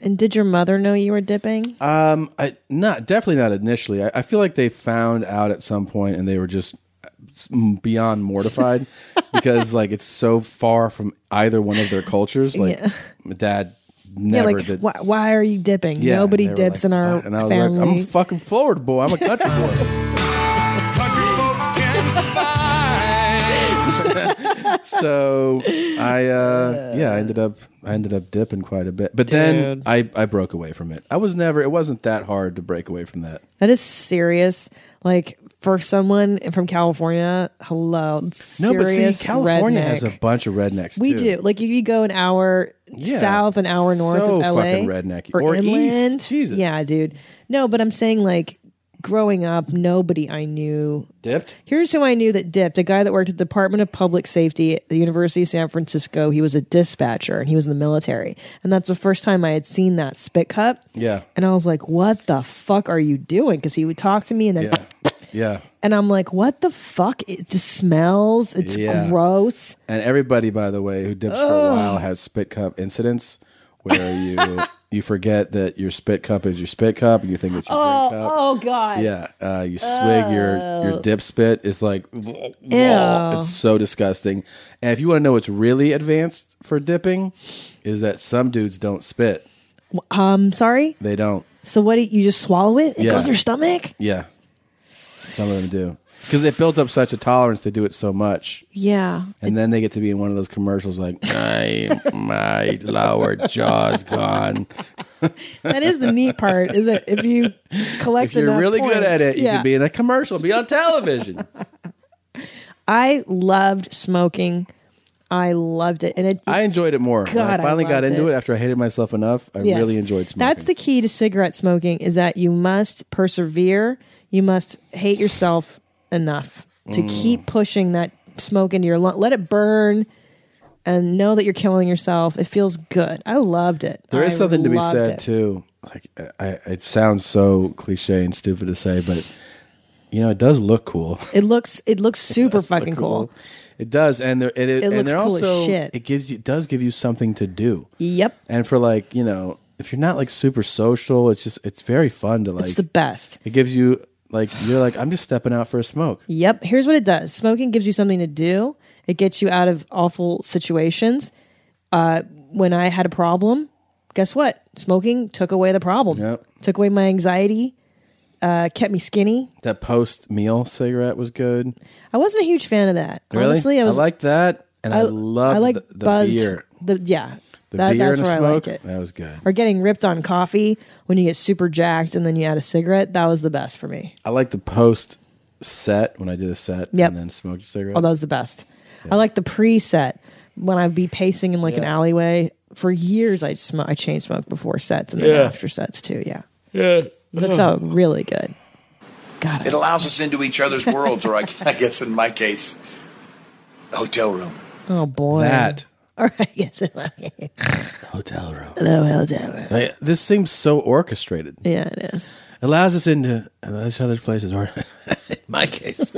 B: And did your mother know you were dipping?
A: Um, I not definitely not initially. I, I feel like they found out at some point, and they were just uh, beyond mortified because like it's so far from either one of their cultures. Like
B: Yeah.
A: my dad never
B: yeah, like
A: did.
B: why, why are you dipping?
A: Yeah,
B: Nobody
A: they were
B: dips
A: like,
B: in our
A: "What?" and I was
B: family.
A: Like, I'm a fucking forward boy. I'm a country boy. so I uh, yeah, I ended up I ended up dipping quite a bit, but then
B: Dude.
A: I I broke away from it. I was never. It wasn't that hard to break away from that.
B: That is serious. Like for someone from California, hello.
A: No, but see,
B: serious
A: California
B: redneck.
A: has a bunch of rednecks.
B: We
A: too.
B: do. Like if you go an hour
A: Yeah.
B: south, an hour north
A: So
B: of LA,
A: fucking rednecky.
B: or,
A: Or east.
B: inland.
A: Jesus.
B: Yeah, dude. No, but I'm saying like growing up, nobody I knew
A: dipped.
B: Here's who I knew that dipped: a guy that worked at the Department of Public Safety at the University of San Francisco. He was a dispatcher and he was in the military, and that's the first time I had seen that spit cup.
A: Yeah.
B: And I was like, what the fuck are you doing? Because he would talk to me and then
A: Yeah.
B: And I'm like, what the fuck? It just smells. It's
A: Yeah.
B: gross.
A: And everybody, by the way, who dips for a
B: Ugh.
A: while has spit cup incidents where you you forget that your spit cup is your spit cup and you think it's your
B: Oh,
A: drink cup.
B: oh god.
A: Yeah, uh, you swig your your
B: Oh.
A: dip spit. It's like,
B: Ew.
A: it's so disgusting. And if you want to know what's really advanced for dipping, is that some dudes don't spit.
B: Um, sorry.
A: They don't.
B: So what? do You just swallow it? It
A: Yeah.
B: goes in your stomach?
A: Yeah, some of them do because they built up such a tolerance to do it so much.
B: Yeah.
A: And then they get to be in one of those commercials like, my, my lower jaw's gone.
B: That is the neat part. Is that if you collect
A: If you're
B: enough
A: really good at
B: points-
A: it, you
B: yeah.
A: could be in a commercial, be on television.
B: I loved smoking. I loved it, and it.
A: I enjoyed it more. when I
B: God, I
A: finally got
B: loved
A: into it.
B: it.
A: after I hated myself enough. I
B: Yes.
A: really enjoyed smoking.
B: That's the key to cigarette smoking: is that you must persevere. You must hate yourself enough to
A: Mm.
B: keep pushing that smoke into your lung. Let it burn, and know that you're killing yourself. It feels good. I loved it.
A: There is
B: I
A: something to be
B: loved
A: said
B: it.
A: too. Like I, it sounds so cliche and stupid to say, but you know, it does look cool.
B: It looks. It looks super fucking cool.
A: It does, and there, and it,
B: It
A: and
B: looks
A: there
B: cool as
A: also
B: shit.
A: it gives you does give you something to do.
B: Yep.
A: And for like you know, if you're not like super social, it's just it's very fun to like.
B: It's the best.
A: It gives you like you're like I'm just stepping out for a smoke.
B: Yep. Here's what it does smoking gives you something to do, it gets you out of awful situations. Uh, when I had a problem, guess what? Smoking took away the problem,
A: Yep.
B: took away my anxiety, uh, kept me skinny.
A: That post meal cigarette was good.
B: I wasn't a huge fan of that.
A: Really,
B: Honestly, I was.
A: like that, and I, love the, the
B: buzzed-
A: beer.
B: The, yeah.
A: The
B: that,
A: beer
B: that's
A: and a
B: where I
A: smoke.
B: like it.
A: That was good.
B: Or getting ripped on coffee when you get super jacked and then you add a cigarette. That was the best for me.
A: I like the post set when I did a set
B: Yep.
A: and then smoked a cigarette.
B: Oh, that was the best. I like the preset when I'd be pacing in like an
A: Yeah.
B: alleyway. For years, I sm- I chain smoked before sets and then
A: Yeah.
B: after sets too. Yeah,
A: Yeah.
B: but it felt really good. God,
C: It allows us into each other's worlds, or I, I guess in my case, the hotel room.
B: oh boy,
A: That.
B: All right, yes,
A: hotel room.
B: Hello, hotel room.
A: Like, this seems so orchestrated.
B: Yeah, it is.
A: Allows us into allows other places, or in my case,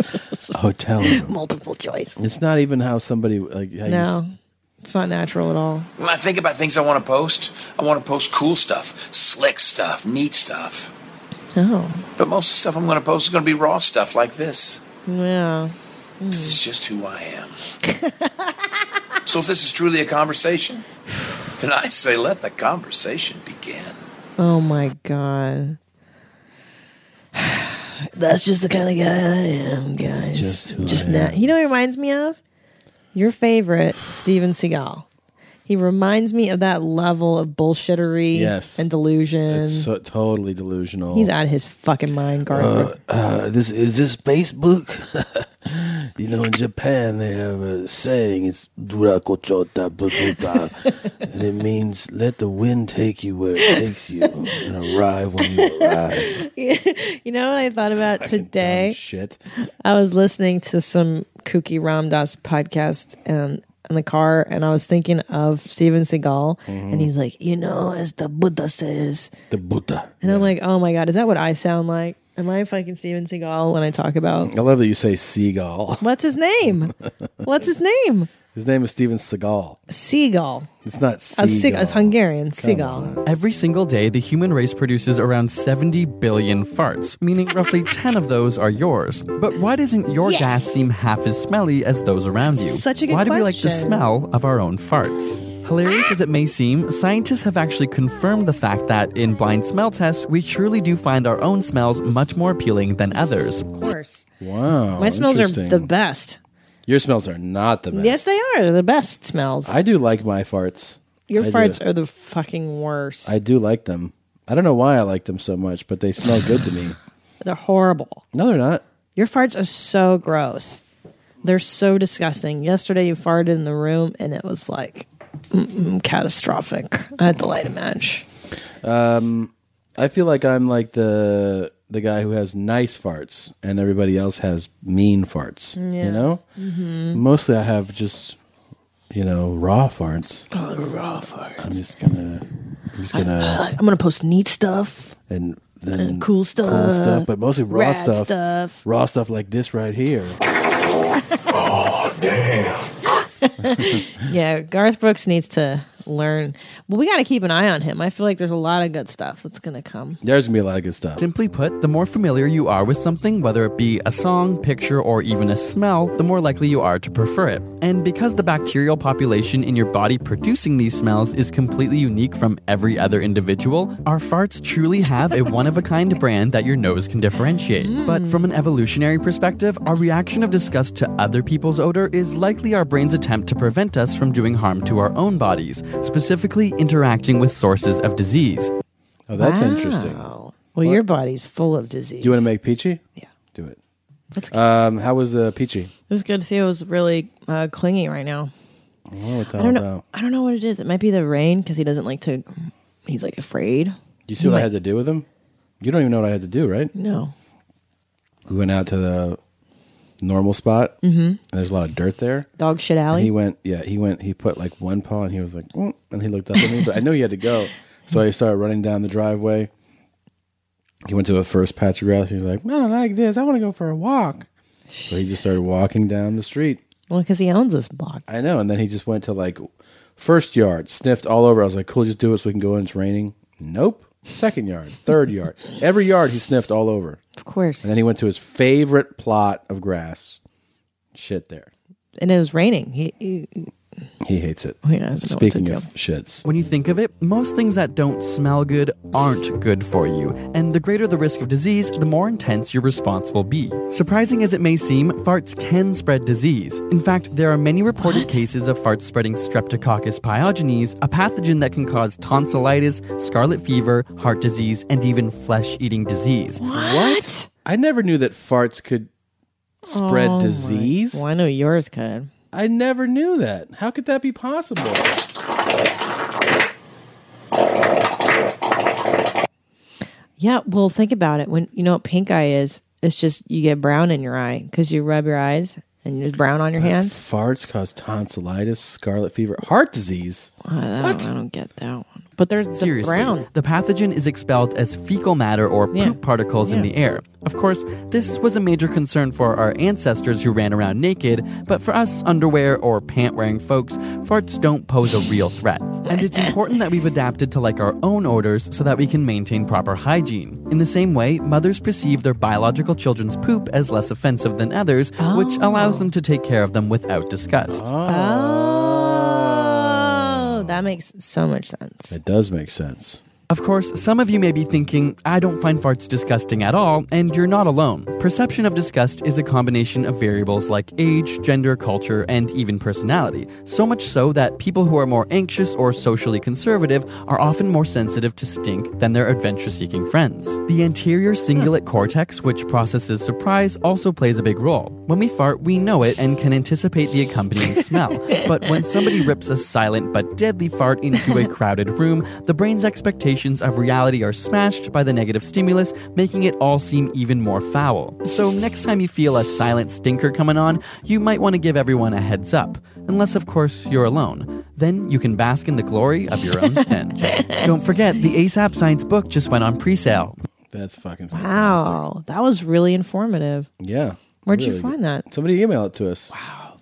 A: a hotel room.
B: Multiple choice.
A: It's not even how somebody like. How you
B: No,
A: s-
B: it's not natural at all.
C: When I think about things I want to post, I want to post cool stuff, slick stuff, neat stuff.
B: Oh,
C: But most of the stuff I'm going to post is going to be raw stuff like this.
B: yeah.
C: This is just who I am. so if this is truly a conversation, then I say let the conversation begin.
B: Oh my god. That's just the kind of guy I am, guys.
G: just
B: Just,
G: who I
B: na- you know, what he reminds me of your favorite Steven Seagal. He reminds me of that level of bullshittery
A: Yes.
B: and delusion.
A: it's so, totally delusional.
B: He's out of his fucking mind, Gardner.
A: uh, this is this Facebook. you know, in Japan they have a saying. It's durakochota buzuta, and it means let the wind take you where it takes you, and arrive when you arrive. Uh,
B: you know what I thought about today?
A: Shit.
B: I was listening to some kooky Ramdas podcast and in the car, and I was thinking of Steven Seagal,
A: Mm-hmm.
B: and he's like, you know, as the Buddha says,
A: the Buddha.
B: And I'm like, oh my god, is that what I sound like? Am I fucking Steven Seagal when I talk about
A: I love that you say seagull.
B: what's his name? what's his name?
A: His name is Steven Seagal.
B: Seagal.
A: It's not
B: A Seagal.
K: seagull.
B: It's Hungarian. Seagal.
K: Every single day, the human race produces around 70 billion farts, meaning roughly 10 of those are yours. But why doesn't your
B: Yes.
K: gas seem half as smelly as those around you?
B: Such a good
K: Why do we like the
B: question.
K: smell of our own farts? Hilarious as it may seem, scientists have actually confirmed the fact that in blind smell tests, we truly do find our own smells much more appealing than others.
B: Of course.
A: Wow.
B: My smells are
A: interesting.
B: the best.
A: Your smells are not the best.
B: Yes, they are. They're the best smells.
A: I do like my farts.
B: Your
A: I do.
B: farts are the fucking worst.
A: I do like them. I don't know why I like them so much, but they smell good to me.
B: They're horrible.
A: No, they're not.
B: Your farts are so gross. They're so disgusting. Yesterday you farted in the room and it was like mm-mm, catastrophic. I had to light a match.
A: Um, I feel like I'm like the the guy who has nice farts, and everybody else has mean farts.
B: Yeah.
A: You know,
B: Mhm.
A: mostly I have just you know raw farts.
B: Oh, raw farts.
A: I'm just gonna, I'm just
B: I-
A: gonna,
B: I- I'm gonna post neat stuff.
A: and than
B: Uh, cool stuff.
A: but mostly raw
B: Rad
A: stuff,
B: stuff.
A: Raw stuff like this right here.
F: oh, damn.
B: yeah, Garth Brooks needs to learn. Well, we got to keep an eye on him. I feel like there's a lot of good stuff that's going to come.
A: There's gonna be a lot of good stuff.
K: Simply put, the more familiar you are with something, whether it be a song, picture, or even a smell, the more likely you are to prefer it. And because the bacterial population in your body producing these smells is completely unique from every other individual, our farts truly have a one of a kind brand that your nose can differentiate. But from an evolutionary perspective, our reaction of disgust to other people's odor is likely our brain's attempt to prevent us from doing harm to our own bodies, specifically interacting with sources of disease.
A: Oh, that's interesting.
B: Well, your body's full of disease.
A: Do you want to make peachy? Yeah, do it. Um, how was the peachy?
B: It was good. Theo's really uh, clingy right now.
A: I don't know what that
B: I don't know.
A: about.
B: I don't know what it is. It might be the rain because he doesn't like to. He's like afraid.
A: You see
B: He
A: what I
B: might-
A: had to do with him? You don't even know what I had to do, right?
B: No.
A: We went out to the normal spot.
B: Mhm.
A: There's a lot of dirt there.
B: Dog shit
A: And
B: alley.
A: he went, yeah, he went, he put like one paw and he was like, "Mm," and he looked up at me, but I knew he had to go. So I started running down the driveway. He went to the first patch of grass. He was like, I don't like this. I want to go for a walk. so he just started walking down the street.
B: Well, because he owns this block.
A: I know. And then he just went to like first yard, sniffed all over. I was like, cool, just do it so we can go in. It's raining. Nope. Second yard, third yard. Every yard he sniffed all over.
B: Of course.
A: And then he went to his favorite plot of grass. Shit there.
B: And it was raining. He, he
A: He hates it.
B: He doesn't know what to
A: Speaking
B: do.
A: of shits.
K: When you think of it, most things that don't smell good aren't good for you, and the greater the risk of disease, the more intense your response will be. Surprising as it may seem, farts can spread disease. In fact, there are many reported cases of farts spreading Streptococcus pyogenes, a pathogen that can cause tonsillitis, scarlet fever, heart disease, and even flesh eating disease.
A: What? I never knew that farts could spread
B: Oh my-
A: disease.
B: Well, I know yours could.
A: I never knew that. How could that be possible?
B: Yeah. Well, think about it. When you know what pink eye is, it's just you get brown in your eye because you rub your eyes and there's brown on your
A: But
B: hands.
A: Farts cause tonsillitis, scarlet fever, heart disease.
B: I don't, I don't get that one. But there's the
K: Seriously,
B: brown.
K: the pathogen is expelled as fecal matter or poop
B: Yeah.
K: particles in
B: Yeah.
K: the air. Of course, this was a major concern for our ancestors who ran around naked, but for us underwear or pant wearing folks, farts don't pose a real threat. And it's important that we've adapted to like our own odors so that we can maintain proper hygiene. In the same way, mothers perceive their biological children's poop as less offensive than others, which allows them to take care of them without disgust.
B: Oh, that makes so much sense.
A: It does make sense.
K: Of course, some of you may be thinking, I don't find farts disgusting at all, and you're not alone. Perception of disgust is a combination of variables like age, gender, culture, and even personality. So much so that people who are more anxious or socially conservative are often more sensitive to stink than their adventure seeking friends. The anterior cingulate cortex, which processes surprise, also plays a big role. When we fart, we know it and can anticipate the accompanying smell. But when somebody rips a silent but deadly fart into a crowded room, the brain's expectations of reality are smashed by the negative stimulus, making it all seem even more foul. So next time you feel a silent stinker coming on, you might want to give everyone a heads up. Unless, of course, you're alone. Then you can bask in the glory of your own stench. Don't forget, the ASAP Science book just went on pre sale.
A: That's fucking
B: Wow, that was really informative.
A: Yeah.
B: Where'd you
A: Really
B: find
A: good.
B: that?
A: Somebody emailed it to us.
B: Wow.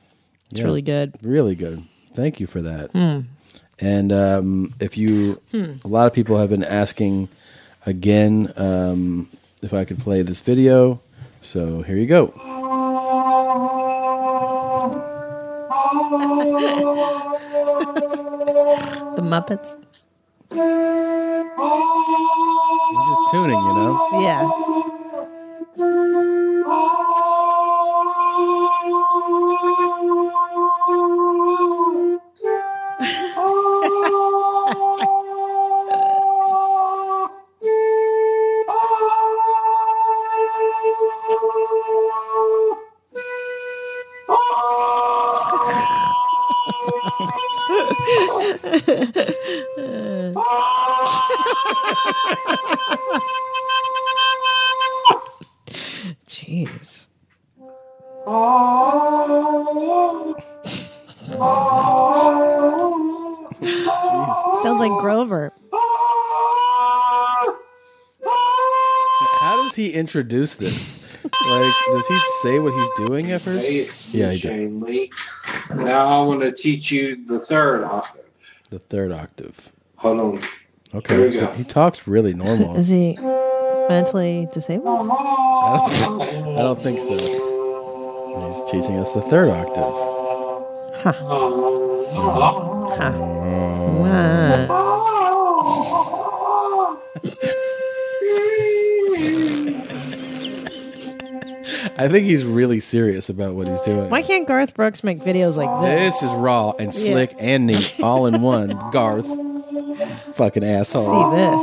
B: It's really good.
A: Really good. Thank you for that.
B: Hmm.
A: And um, if you,
B: Hmm.
A: a lot of people have been asking again um, if I could play this video. So here you go.
B: The Muppets.
A: He's just tuning, you know?
B: Yeah. Jeez. Sounds like Grover.
A: does he introduce this? Like, does he say what he's doing at first?
L: Hey,
A: Yeah, he did.
L: Shane Lee. Now I want to teach you the third octave.
A: The third octave.
L: Hold on. Here
A: Okay,
L: we
A: so
L: go.
A: he talks really normal.
B: Is he mentally disabled?
A: I don't, think, I don't think so. He's teaching us the third octave. I think he's really serious about what he's doing.
B: Why can't Garth Brooks make videos like this?
A: This is raw and
B: Yeah.
A: slick and neat, all in one. Garth, fucking asshole.
B: See this?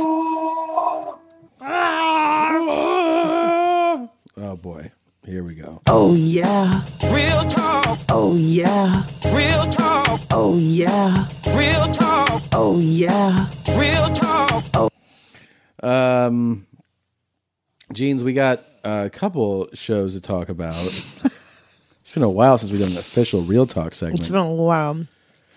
A: Oh boy, here we go.
M: Oh yeah.
J: Real talk.
M: Oh yeah.
J: Real talk.
M: Oh yeah.
J: Real talk.
M: Oh yeah.
J: Real talk.
A: Um, Jeans, we got a couple shows to talk about. it's been a while since we've done an official real talk segment.
B: It's been a while.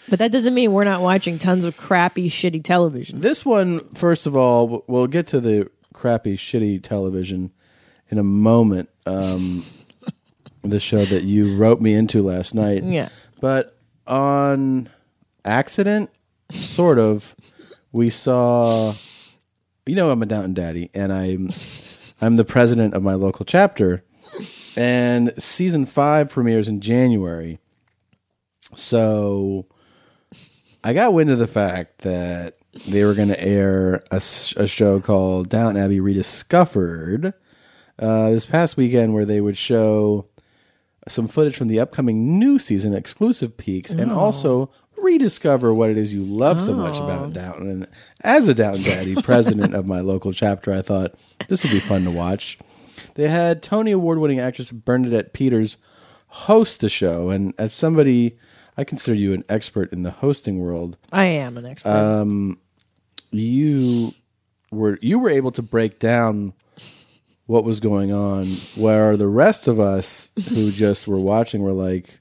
B: But that doesn't mean we're not watching tons of crappy, shitty television.
A: This one, first of all, w- we'll get to the crappy, shitty television in a moment. Um, the show that you wrote me into last night.
B: Yeah.
A: But on accident, sort of, we saw. You know, I'm a Downton Daddy, and I'm I'm the president of my local chapter, and season five premieres in January. So I got wind of the fact that they were going to air a, s- a show called Downton Abbey Rediscovered uh, this past weekend, where they would show some footage from the upcoming new season, exclusive peaks, and
N: Oh.
A: also rediscover what it is you love so much about Downton. And as a Downton Daddy president of my local chapter, I thought this would be fun to watch. They had Tony Award winning actress Bernadette Peters host the show. And as somebody, I consider you an expert in the hosting world.
B: I am an expert.
A: Um, you were you were able to break down what was going on, where the rest of us who just were watching were like,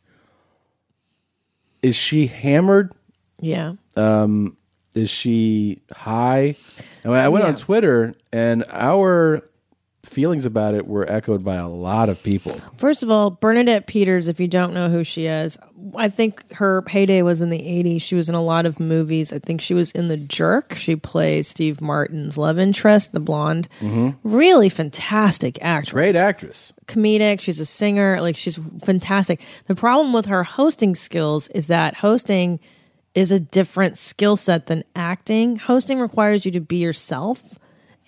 A: "Is she hammered?
B: yeah.
A: Um, is she high?" And I went on Twitter, and our feelings about it were echoed by a lot of people.
B: First of all, Bernadette Peters, if you don't know who she is, I think her heyday was in the 80s. She was in a lot of movies. I think she was in The Jerk. She plays Steve Martin's love interest, the blonde.
A: Mm-hmm.
B: Really fantastic actress.
A: Great actress.
B: Comedic. She's a singer. Like, she's fantastic. The problem with her hosting skills is that hosting is a different skill set than acting. Hosting requires you to be yourself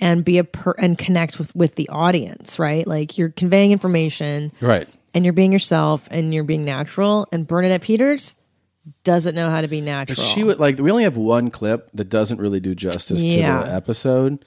B: and be a per- and connect with with the audience, right? Like you're conveying information
A: Right.
B: and you're being yourself and you're being natural. And Bernadette Peters doesn't know how to be
A: But
B: natural.
A: she would like we only have one clip that doesn't really do justice
B: Yeah.
A: to the episode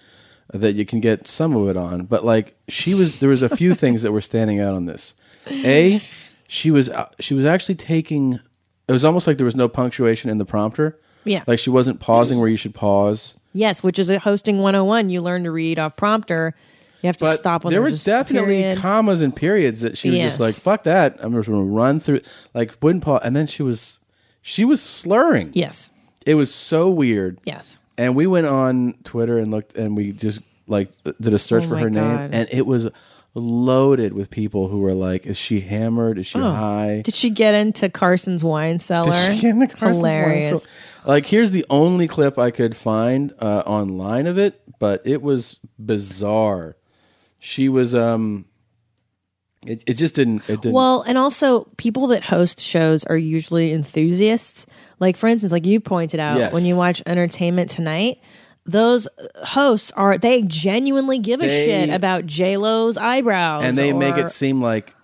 A: uh, that you can get some of it on. But like she was there was a few things that were standing out on this. A she was uh, she was actually taking it was almost like there was no punctuation in the prompter.
B: Yeah.
A: Like she wasn't pausing where you should pause.
B: yes, which is a hosting 101. You learn to read off prompter. You have to
A: But
B: stop when
A: there were
B: there's a s-
A: definitely
B: period.
A: commas and periods that she was
B: Yes.
A: just like, "Fuck that!" I'm just going to run through. Like wouldn't pause, and then she was she was slurring.
B: Yes.
A: it was so weird.
B: Yes.
A: And we went on Twitter and looked, and we just like did a search
B: Oh
A: for
B: my
A: her
B: God.
A: name, and it was loaded with people who were like, "Is she hammered? Is she
B: Oh.
A: high?"
B: Did she get into Carson's wine cellar?
A: Did she get in the Carson's wine
B: Hilarious.
A: cellar? like, here's the only clip I could find uh, online of it, but it was bizarre. She was, um, it, it just didn't, it didn't.
B: Well, and also people that host shows are usually enthusiasts. Like for instance, like you pointed out
A: Yes.
B: when you watch Entertainment Tonight, those hosts are they genuinely give a
A: They-
B: shit about J Lo's eyebrows,
A: and they make
B: or-
A: it seem like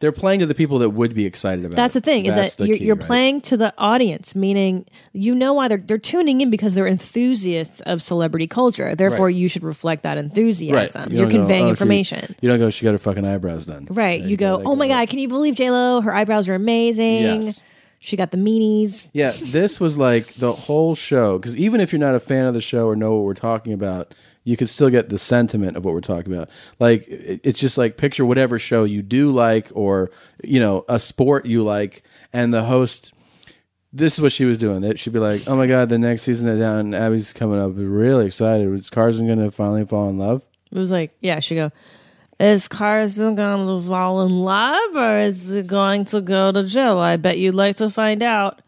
A: they're playing to the people that would be excited about
B: That's
A: it.
B: the thing is
A: That's
B: that
A: the
B: you're,
A: key,
B: you're
A: right?
B: playing to the audience, meaning you know why they're they're tuning in because they're enthusiasts of celebrity culture. Therefore,
A: Right.
B: you should reflect that
A: Right.
B: enthusiasm.
A: You
B: You are
A: don't go,
B: conveying
A: "Oh, she-
B: information.
A: you don't go, she got her fucking eyebrows done.
B: Right. You, go, oh my God, can you believe Lo? Her eyebrows are amazing.
A: Yes.
B: She got the meanies.
A: Yeah, this was like the whole show. Because even if you're not a fan of the show or know what we're talking about, you could still get the sentiment of what we're talking about. Like, it- it's just like picture whatever show you do like or, you know, a sport you like, and the host. This is what she was doing. That She'd be like, "Oh my god, the next season of Down Abbey's coming up. We're really excited. Is Carson going to finally fall in love?"
B: It was like, yeah, she go, is Carson going to fall in love or is he going to go to jail? I bet you'd like to find out.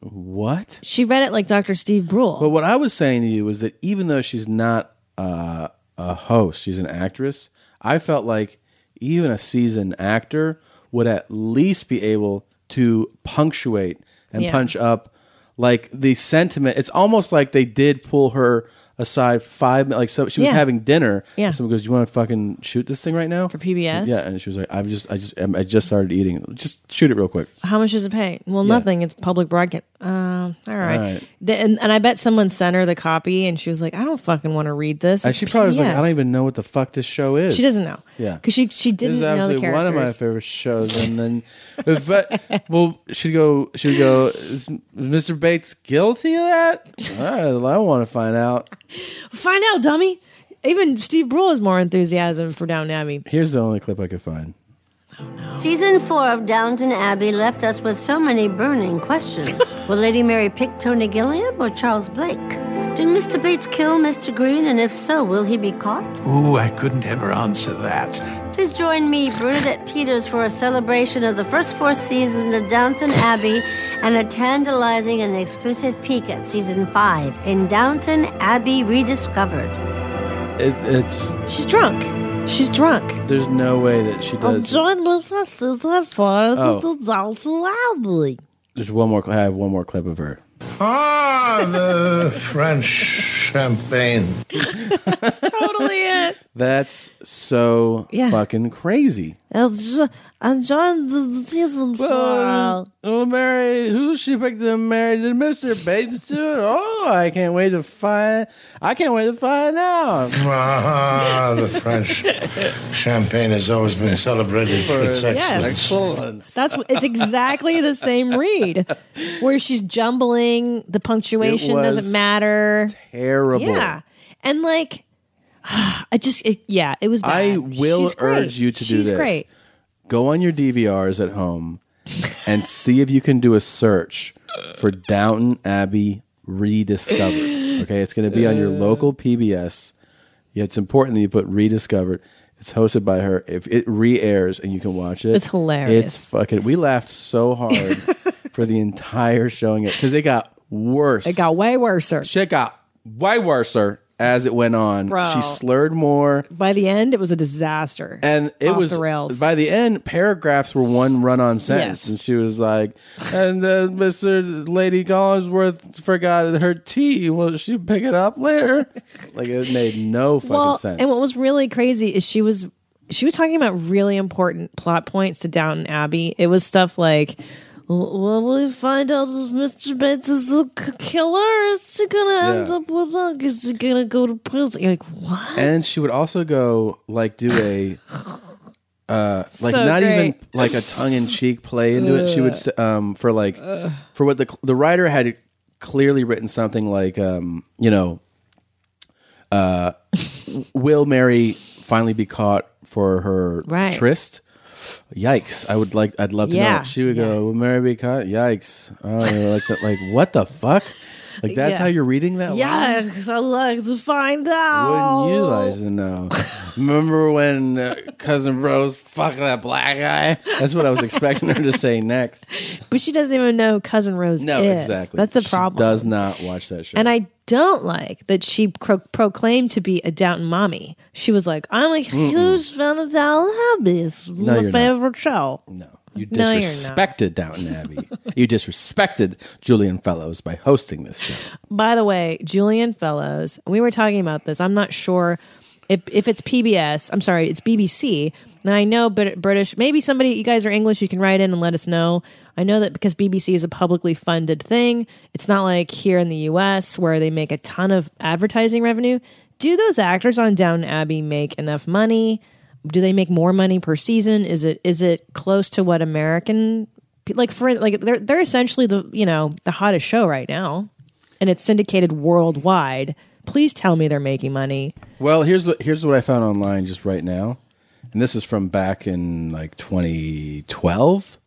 A: What?
B: She read it like Dr. Steve Brule.
A: But what I was saying to you was that even though she's not uh, a host, she's an actress. I felt like even a seasoned actor would at least be able to punctuate and
N: Yeah.
A: punch up like the sentiment. It's almost like they did pull her aside five minutes. Like so, she was
B: Yeah.
A: having dinner.
B: Yeah.
A: And someone goes, "Do you want to fucking shoot this thing right now for
B: PBS?
A: Yeah, and she was like, "I've just, I just, I just started eating. Just shoot it real quick."
B: How much does it pay? Well, nothing. It's public broadcast. Uh, all right.
A: All right.
B: The- and, and I bet someone sent her the copy and she was like, I don't fucking want to read this.
A: And
B: It's
A: she probably was like,
B: PBS."
A: "I don't even know what the fuck this show is."
B: She doesn't know.
A: Yeah,
B: 'Cause she- she
A: This
B: didn't
A: is
B: know the
A: absolutely one of my
B: characters.
A: favorite shows. And then, if I- well, she'd go, she'd go, "Is Mr. Bates guilty of that?" All right, well, I want to find out.
B: Find out, dummy. Even Steve Brule is more enthusiasm for Down Abbey.
A: Here's the only clip I could find.
O: Season four of Downton Abbey left us with so many burning questions. Will Lady Mary pick Tony Gilliam or Charles Blake? Did Mr. Bates kill Mr. Green, and if so, will he be caught?
C: Ooh, I couldn't ever answer that.
O: Please join me, Bernadette Peters, for a celebration of the first four seasons of Downton Abbey and a tantalizing and exclusive peek at season five in Downton Abbey Rediscovered.
A: It, it's
B: She's drunk. She's drunk.
A: There's no way that she
B: I'm
A: does.
B: joined with my sister for
A: Oh.
B: the Downton Abbey.
A: There's one more. cl- I have one more clip of her.
E: Ah, the French champagne.
B: totally it.
A: That's so
B: Yeah.
A: fucking crazy.
B: I'm joined the season
A: Well,
B: four.
A: well, Oh, Mary, who she picked to marry? Did Mister Bates do it? Oh, I can't wait to find. I can't wait to find out.
E: Ah, the French champagne has always been celebrated for its
B: Yes.
E: excellence.
B: That's it's exactly the same read where she's jumbling. The punctuation
A: was
B: doesn't matter.
A: Terrible.
B: Yeah, and like, I just it, yeah, it was. Bad.
A: I will
B: She's great.
A: urge you to do
B: She's
A: this.
B: great.
A: Go on your DVRs at home and see if you can do a search for Downton Abbey Rediscovered. Okay, it's going to be on your local PBS. Yeah, it's important that you put Rediscovered. It's hosted by her. If it re-airs and you can watch it,
B: It's hilarious.
A: It's fucking. We laughed so hard for the entire showing it because it got worse.
B: It got way worser.
A: Shit got way worser as it went on.
B: Bro.
A: She slurred more.
B: By the end, it was a disaster.
A: And it
B: Off
A: was
B: the rails.
A: by the end, paragraphs were one run-on sentence,
B: Yes.
A: and she was like, "And then Mister Lady Collinsworth forgot her tea. Will she pick it up later?" like it made no fucking
B: well,
A: sense.
B: and what was really crazy is she was she was talking about really important plot points to Downton Abbey. It was stuff like, "Will we find out if Mr. Bates is a k- killer? Or is he gonna end
A: Yeah.
B: up with luck? Is he gonna go to prison?" You're like, "What?"
A: and she would also go like do a uh like
B: So
A: not even
B: great.
A: like a tongue-in-cheek play into it she would s- um for like for what the the writer had clearly written something like um you know uh will mary finally be caught for her
N: Right.
A: tryst yikes i would like i'd love to know
N: Yeah.
A: it. she would go will mary be caught yikes oh like that like what the fuck like that's
B: Yeah.
A: how you're reading that line?
B: Yeah, because I like to find out.
A: Wouldn't
B: Oh.
A: you like to know? Remember when uh, cousin Rose fucked that black guy? That's what I was expecting her to say next.
B: But she doesn't even know cousin Rose.
A: No,
B: is.
A: exactly.
B: That's the
A: She
B: problem.
A: does not watch that show.
B: And I don't like that she pro- proclaimed to be a Downton mommy. She was like, "I'm a huge fan of Downton Abbey. It's
A: No,
B: my
A: you're not.
B: favorite show." No,
A: you
B: no, you're not.
A: disrespected Downton Abbey. you disrespected Julian Fellows by hosting this show.
B: By the way, Julian Fellows, we were talking about this. I'm not sure if, if it's PBS. I'm sorry, it's BBC. Now I know Brit- British. Maybe somebody, you guys are English. You can write in and let us know. I know that because BBC is a publicly funded thing. It's not like here in the U.S. where they make a ton of advertising revenue. Do those actors on Down Abbey make enough money? Do they make more money per season? Is it is it close to what American like for like they're they're essentially the you know the hottest show right now and it's syndicated worldwide. Please tell me they're making money.
A: Well, here's what here's what I found online just right now, and this is from back in like 2012,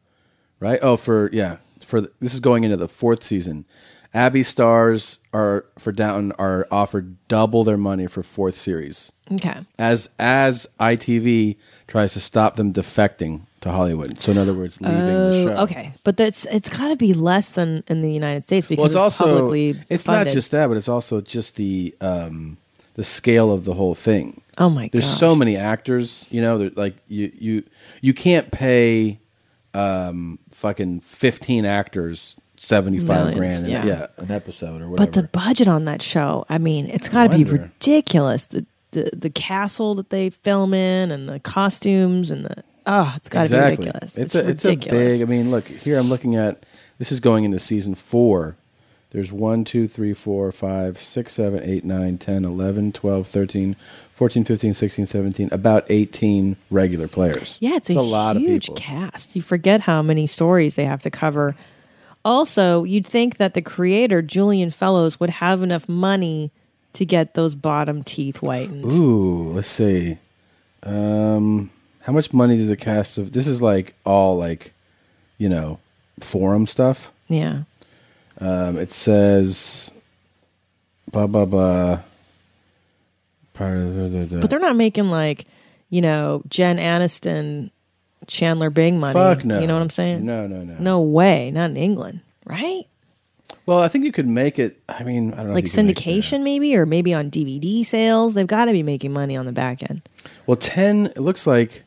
A: right? Oh, for yeah, for the, this is going into the fourth season. Abby stars are for Downton are offered double their money for fourth series.
B: Okay.
A: As as ITV tries to stop them defecting to Hollywood. So in other words, leaving the show.
B: Oh, okay. But that's it's got to be less than in the United States because
A: well, it's, also
B: publicly
A: it's
B: funded.
A: not just that, but it's also just the um, the scale of the whole thing.
B: Oh my
A: There's
B: gosh.
A: so many actors, you know. That, like you, you, you can't pay um, fucking 15 actors 75
B: Millions,
A: grand, in-
B: yeah.
A: an episode or whatever.
B: But the budget on that show, I mean, it's got to be
A: wonder.
B: ridiculous. The, the the castle that they film in and the costumes and the oh, it's got to
A: exactly.
B: be ridiculous.
A: It's,
B: It's,
A: a,
B: ridiculous.
A: It's a big. I mean, look here. I'm looking at this is going into season four. There's 1, 2, 3, 4, 5, 6, 7, 8, 9, 10, 11, 12, 13, 14, 15, 16, 17, about 18 regular players.
B: yeah, it's, a, huge cast. You forget how many stories they have to cover. Also, you'd think that the creator Julian Fellows would have enough money to get those bottom teeth whitened.
A: Ooh, let's see. Um, how much money does a cast of this is like all like, you know, forum stuff.
B: Yeah.
A: Um, it says, blah blah blah. Part of the,
B: But they're not making like, you know, Jen Aniston, Chandler Bing money.
A: Fuck no.
B: You know what I'm saying?
A: No, no, no.
B: No way. Not in England, right?
A: Well, I think you could make it. I mean, I don't know. if
B: Like
A: you could make-
B: syndication, maybe, or maybe on DVD sales. They've got to be making money on the back end.
A: well, ten. It looks like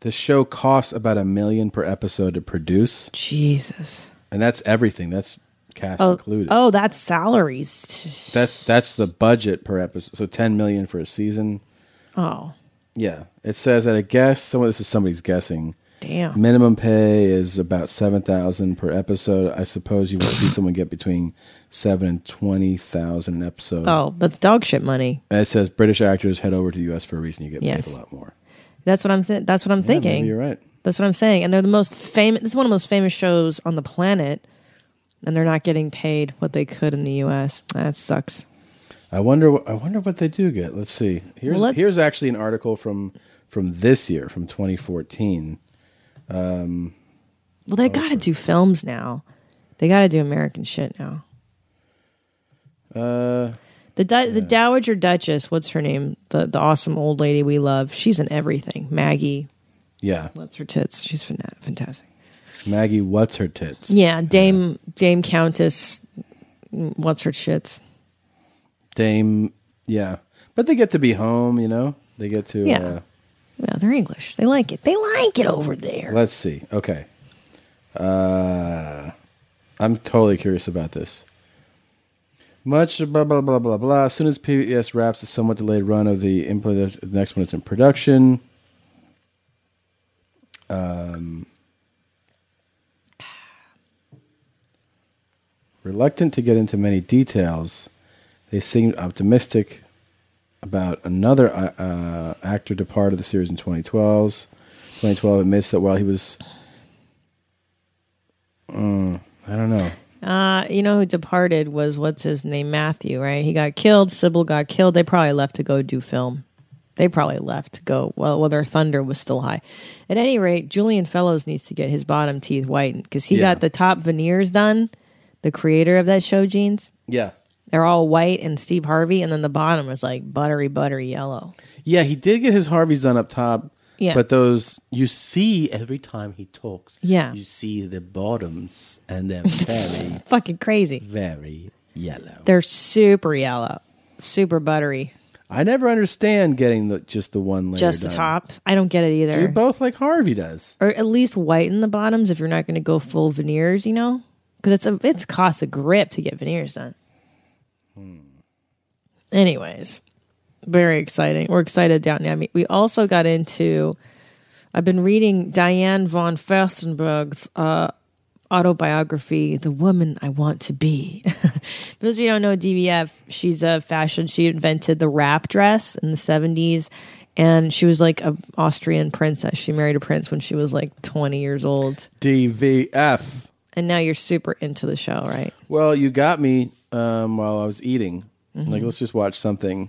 A: the show costs about a million per episode to produce.
B: Jesus.
A: And that's everything. That's cast
B: oh,
A: included.
B: oh, that's salaries.
A: That's that's the budget per episode. So ten million for a season.
B: Oh,
A: Yeah, it says at a guess. Some of this is somebody's guessing.
B: Damn.
A: Minimum pay is about seven thousand per episode. I suppose you will see someone get between seven and twenty thousand an episode.
B: oh, that's dog shit money.
A: And it says British actors head over to the U.S. for a reason. You get
B: Yes.
A: paid a lot more.
B: That's what I'm. Th- that's what I'm
A: maybe
B: thinking.
A: you're right.
B: That's what I'm saying. And they're the most famous. This is one of the most famous shows on the planet, and they're not getting paid what they could in the U.S. That sucks.
A: I wonder. wh- I wonder what they do get. Let's see. Here's
B: Well, let's-
A: here's actually an article from from this year, from 2014. Um,
B: Well, they got to do films now. They got to do American shit now.
A: uh,
B: The du- the Dowager Duchess, what's her name? The the awesome old lady we love. She's in everything. Maggie,
A: yeah.
B: What's her tits? She's fana- fantastic.
A: Maggie, what's her tits?
B: Yeah, Dame Dame Countess. mm, What's her shits?
A: Dame. Yeah, but they get to be home. You know, they get to.
B: Yeah.
A: Uh,
B: No, they're English. They like it. They like it over there.
A: Let's see. Okay. Uh, I'm totally curious about this. Much blah blah blah blah blah. As soon as PBS wraps the somewhat delayed run of the implement, the next one is in production. Um, reluctant to get into many details, they seemed optimistic about another uh, actor departed the series in 2012. 2012 admits that while he was, Mm, I don't know.
B: Uh, you know who departed was what's his name Matthew, right? He got killed. Sybil got killed. They probably left to go do film. They probably left to go. Well, well, their thunder was still high. At any rate, Julian Fellows needs to get his bottom teeth whitened because he
A: Yeah.
B: got the top veneers done. The creator of that show, jeans,
A: Yeah,
B: they're all white and Steve Harvey, and then the bottom was like buttery, buttery yellow.
A: yeah, he did get his Harveys done up top.
B: Yeah.
A: but those you see every time he talks.
B: Yeah.
A: you see the bottoms, and they're very,
B: Fucking crazy.
A: very yellow.
B: They're super yellow, super buttery.
A: I never understand getting the just the one layer,
B: Just the
A: done.
B: tops. I don't get it either.
A: They're both like Harvey does.
B: or at least whiten the bottoms if you're not going to go full veneers, you know? Because it's a it's cost a grip to get veneers done. Anyways, very exciting. We're excited down now. We also got into. I've been reading Diane von Furstenberg's uh, autobiography, "The Woman I Want to Be." For those of you who don't know DVF, she's a fashion. She invented the wrap dress in the seventies, and she was like a Austrian princess. She married a prince when she was like twenty years old.
A: DVF.
B: And now you're super into the show, right?
A: Well, you got me um, while I was eating.
B: Mhm.
A: Like, let's just watch something,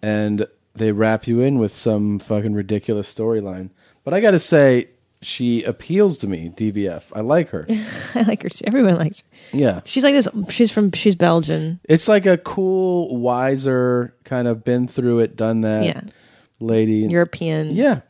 A: and they wrap you in with some fucking ridiculous storyline. But I got to say, she appeals to me, DVF. I like her.
B: I like her. too. Everyone likes her.
A: Yeah.
B: She's like this. She's from. She's Belgian.
A: It's like a cool, wiser, kind of been through it, done that
B: Yeah.
A: lady.
B: European.
A: Yeah.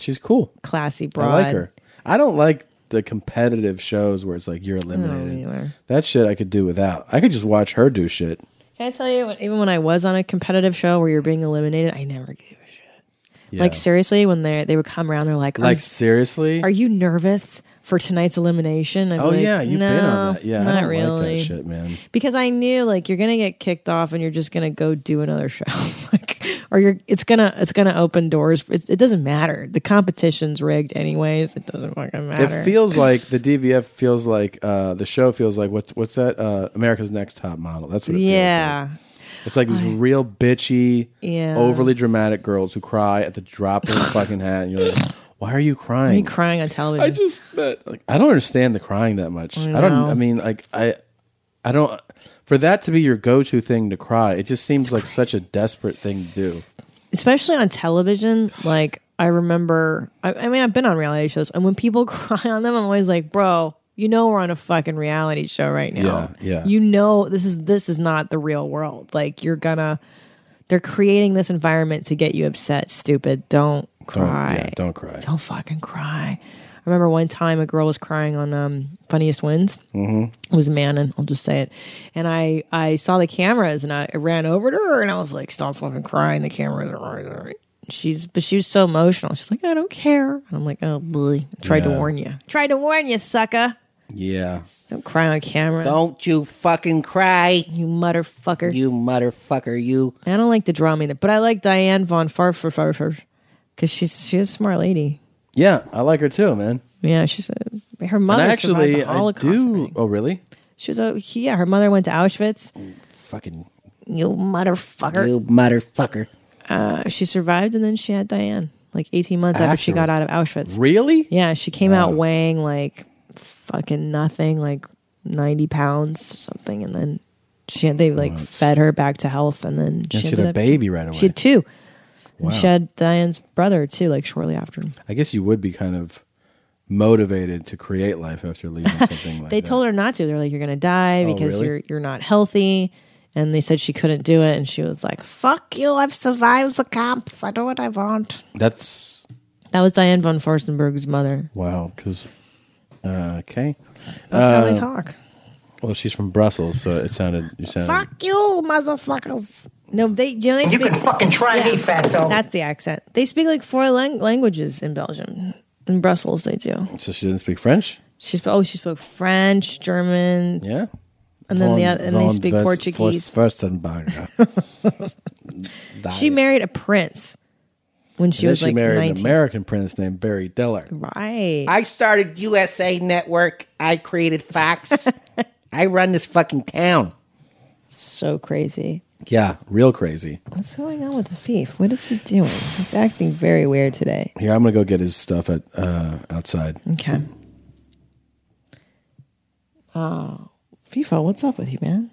A: She's cool.
B: Classy broad.
A: I like her. I don't like the competitive shows where it's like
B: Oh,
A: you're eliminated.
B: either.
A: That shit I could do without. I could just watch her do shit.
B: Can I tell you? when- Even when I was on a competitive show where you're being eliminated, I never gave a shit.
A: Yeah.
B: Like seriously, when they they would come around, they're like, are,
A: Like seriously?
B: are you nervous for tonight's elimination?" I'd be
A: oh
B: like,
A: yeah, you've
B: no,
A: been on that. Yeah,
B: not
A: I don't
B: really.
A: like that shit, man.
B: Because I knew like you're gonna get kicked off and you're just gonna go do another show, like, or you're it's gonna it's gonna open doors. It, it doesn't matter. The competition's rigged anyways. It doesn't fucking matter.
A: It feels like the DVF feels like uh, the show feels like what's what's that? Uh, America's Next Top Model. That's what it
B: yeah.
A: feels. It's like these real bitchy,
B: Yeah.
A: overly dramatic girls who cry at the drop of a fucking hat, and you're like, "Why are you
B: Are you
A: crying?
B: crying on television? I
A: just that like I don't understand the crying that much.
B: I
A: I, don't.
B: know.
A: I mean, like I, I don't. For that to be your go-to thing to cry, it just seems like such a desperate thing to do.
B: especially on television like i remember I, I mean i've been on reality shows and when people cry on them i'm always like bro you know we're on a fucking reality show right now
N: Yeah, yeah.
B: you know this is this is not the real world like you're gonna they're creating this environment to get you upset stupid don't cry
A: yeah, don't cry.
B: don't fucking cry i remember one time a girl was crying on um funniest wins
A: Mm-hmm.
B: it was Manon. I'll just say it. And I, I saw the cameras and I ran over to her and I was like, stop fucking crying. The cameras are. She's, but she was so emotional. She's like, I don't care. And I'm like, oh, boy. I tried to
A: Yeah.
B: warn you. Tried to warn you, sucker.
A: Yeah.
B: Don't cry on camera.
P: Don't you fucking cry.
B: You motherfucker.
P: You motherfucker, you.
B: I don't like the drama either, but I like Diane von Farfar because she's, she's a smart lady.
A: Yeah, I like her too, man.
B: Yeah, she's a, her mother
A: and
B: survived
A: actually,
B: the Holocaust.
A: I do. Oh, really?
B: She was a, yeah, her mother went to Auschwitz.
A: Fucking
B: You motherfucker.
P: You motherfucker.
B: uh, she survived and then she had Diane like 18 months after she
P: Afterward.
B: got out of Auschwitz.
A: Really?
B: Yeah, she came out weighing like fucking nothing, like 90 pounds, something. And then she had, they like fed her back to health and then
A: she had
B: ended
A: a
B: up-
A: baby right
B: She
A: away.
B: had two.
A: Wow.
B: And she had Diane's brother too, like shortly after.
A: I guess you would be kind of motivated to create life after leaving something like
B: they
A: that.
B: told her not to. They're like, you're going to die
A: Oh,
B: because
A: really?
B: you're, you're not healthy. And they said she couldn't do it. And she was like, fuck you. I've survived the camps. I do what I want.
A: That's
B: That was Diane von Furstenberg's mother.
A: wow. Because uh, okay,
B: That's how they
A: Uh,
B: talk.
A: Well, she's from Brussels, so it sounded. You sounded.
B: Fuck you, motherfuckers. No, they you, know, they
Q: You
B: speak,
Q: can fucking try me, fatso.
B: That's the accent. They speak like four lang- languages in Belgium. In Brussels, they do.
A: So she didn't speak French.
B: She spoke. Oh, she spoke French, German.
A: Yeah.
B: And then the
A: Von-
B: oth- and they
A: von
B: speak
A: Vers-
B: Portuguese.
A: Vers- Furstenberger.
B: She married a prince when she
A: And then
B: was
A: she
B: like
A: married an
B: 19.
A: American prince named Barry Diller.
B: Right.
P: I started USA Network. I created Fox. I run this fucking town.
B: So crazy.
A: Yeah, real crazy.
B: What's going on with the thief? What is he doing? He's acting very weird today.
A: Here, I'm gonna go get his stuff at uh, outside.
B: Okay. Oh, FIFA, what's up with you, man?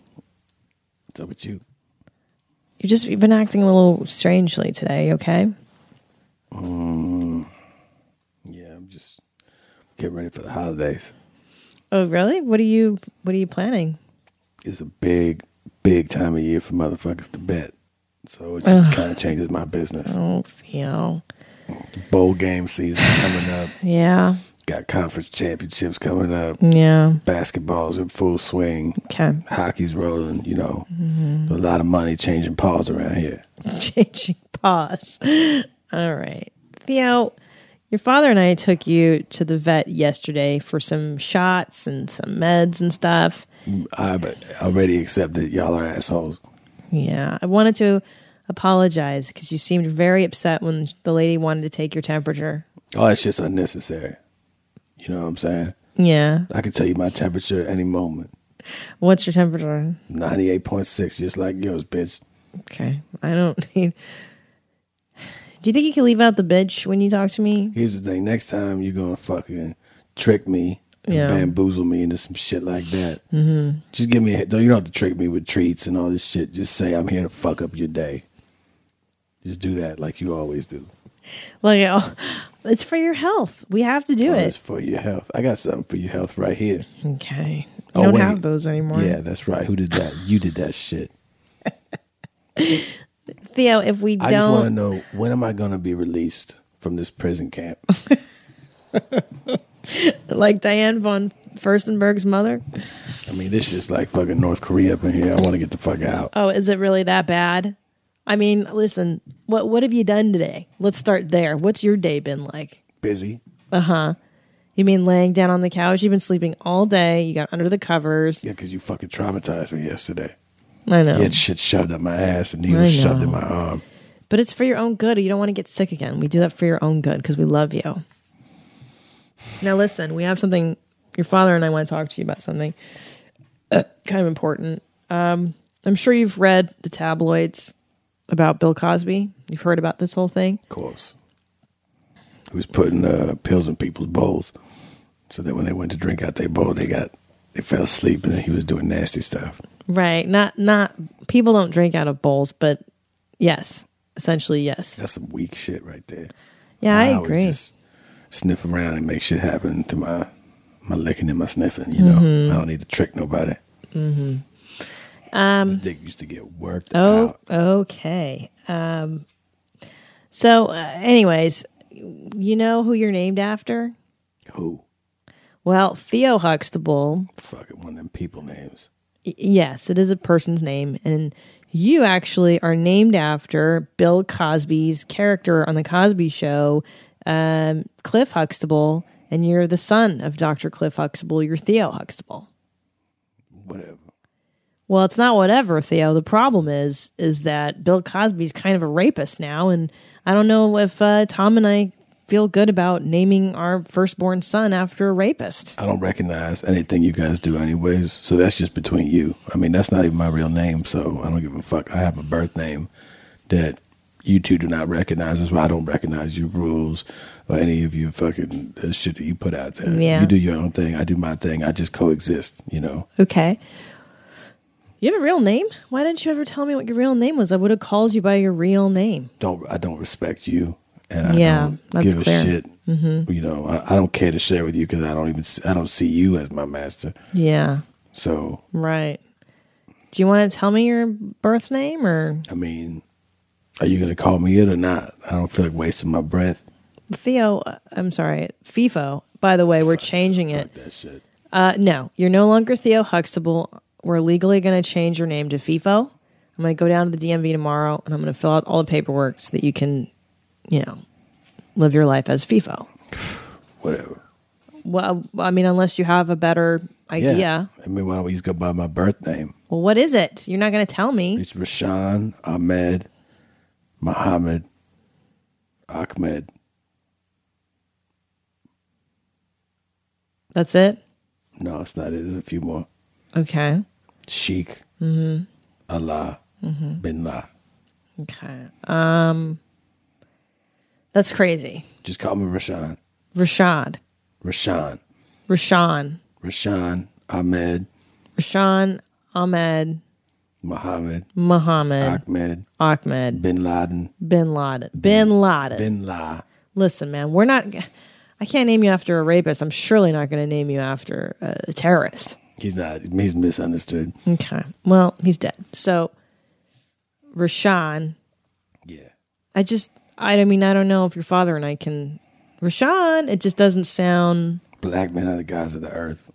A: What's up with you?
B: You just you've been acting a little strangely today. Okay.
A: Mm. yeah, I'm just getting ready for the holidays.
B: Oh, really? What are you What are you planning?
A: It's a big, big time of year for motherfuckers to bet. So it just
B: Ugh.
A: kind of changes my business.
B: Oh, Theo.
A: Bowl game season coming up.
B: Yeah.
A: Got conference championships coming up.
B: Yeah.
A: Basketball's in full swing.
B: Mm. Okay. Mm-hmm.
A: Hockey's rolling, you know. A lot of money changing paws around here.
B: Changing pause. All right, Theo. Your father and I took you to the vet yesterday for some shots and some meds and stuff.
A: I've already accepted y'all are assholes.
B: Yeah, I wanted to apologize because you seemed very upset when the lady wanted to take your temperature.
A: Oh, it's just unnecessary. You know what I'm saying?
B: Yeah.
A: I can tell you my temperature at any moment.
B: What's your temperature?
A: 98.6, just like yours, bitch.
B: Okay. I don't need. Do you think you can leave out the bitch when you talk to me?
A: Here's the thing. Next time you're going to fucking trick me and
B: Yeah.
A: bamboozle me into some shit like that.
B: Mhm.
A: Just give me a Don't You don't have to trick me with treats and all this shit. Just say I'm here to fuck up your day. Just do that like you always do.
B: Like, oh, It's for your health. We have to do it.
A: Oh, It's for your health. I got something for your health right here.
B: Okay. I don't have those anymore.
A: Oh, Yeah, that's right. Who did that? You did that shit.
B: Theo, if we
A: I just want to
B: don't,
A: know when am I going to be released from this prison camp?
B: like Diane von Furstenberg's mother.
A: I mean, this is like fucking North Korea up in here. I want to get the fuck out.
B: Oh, is it really that bad? I mean, listen, what what have you done today? Let's start there. What's your day been like?
A: Busy.
B: Uh huh. You mean laying down on the couch? You've been sleeping all day. You got under the covers.
A: Yeah, because you fucking traumatized me yesterday.
B: I know.
A: You had shit shoved up my ass and
B: I
A: needles shoved in
B: know.
A: my arm.
B: But it's for your own good. You don't want to get sick again. We do that for your own good because we love you. Now, listen, we have something. Your father and I want to talk to you about something uh, kind of important. Um, I'm sure you've read the tabloids about Bill Cosby. You've heard about this whole thing.
A: Of course. He was putting uh, pills in people's bowls so that when they went to drink out their bowl, they got they fell asleep and then he was doing nasty stuff.
B: Right. Not not people don't drink out of bowls, but yes, essentially yes.
A: That's some weak shit right there.
B: Yeah, I
A: Now it's
B: agree.
A: just sniff around and make shit happen to my my licking and my sniffing. You know,
B: Mhm.
A: I don't need to trick nobody.
B: hmm Um,
A: This dick used to get worked
B: oh, okay. Um, so, uh, anyways, you know who you're named after?
A: Who?
B: Well, Theo Huxtable.
A: Fucking one of them people names.
B: Y- yes, it is a person's name, and you actually are named after Bill Cosby's character on the Cosby Show, um, Cliff Huxtable, and you're the son of Dr. Cliff Huxtable. You're Theo Huxtable.
A: Whatever.
B: Well, it's not whatever, Theo. The problem is is that Bill Cosby's kind of a rapist now, and I don't know if uh, Tom and I feel good about naming our firstborn son after a rapist.
A: I don't recognize anything you guys do, anyways. So that's just between you. I mean, that's not even my real name, so I don't give a fuck. I have a birth name that you two do not recognize. That's why I don't recognize your rules or any of your fucking uh, shit that you put out there.
B: Yeah.
A: You do your own thing. I do my thing. I just coexist. You know.
B: Okay. You have a real name? Why didn't you ever tell me what your real name was? I would have called you by your real name.
A: Don't I don't respect you, and I
B: Yeah,
A: don't
B: that's
A: give
B: clear.
A: a shit.
B: Mhm.
A: You know, I, I don't care to share with you because I don't even s- I don't see you as my master.
B: Yeah.
A: So
B: Right. Do you want to tell me your birth name or
A: I mean, are you gonna call me it or not? I don't feel like wasting my breath.
B: Theo? uh, I'm sorry, FIFO. By the way, we're changing it.
A: That shit.
B: Uh, no, you're no longer Theo Huxtable. We're legally going to change your name to FIFO. I'm going to go down to the DMV tomorrow and I'm going to fill out all the paperwork so that you can, you know, live your life as FIFO.
A: Whatever.
B: Well, I mean, unless you have a better idea.
A: I mean, why don't we just go by my birth name?
B: Well, what is it? You're not going to tell me.
A: It's Rashan Ahmed Muhammad Ahmed.
B: That's it.
A: No, it's not it. There's a few more.
B: Okay.
A: Sheikh
B: hmm
A: Allah
B: hmm
A: Bin La.
B: Okay. Um, that's crazy.
A: Just call me Rashan.
B: Rashad,
A: Rashan.
B: Rashawn,
A: Rashan Ahmed
B: Rashawn Ahmed
A: Muhammad
B: Muhammad
A: Ahmed
B: Ahmed
A: Bin Laden
B: Bin Laden. Bin Laden.
A: Bin La.
B: Listen, man, we're not. I can't name you after a rapist. I'm surely not going to name you after a, a terrorist.
A: He's not. He's misunderstood.
B: Okay. Well, he's dead. So, Rashawn.
A: Yeah.
B: I just, I, I mean, I don't know if your father and I can. Rashawn, it just doesn't sound
A: Black men are the gods of the earth.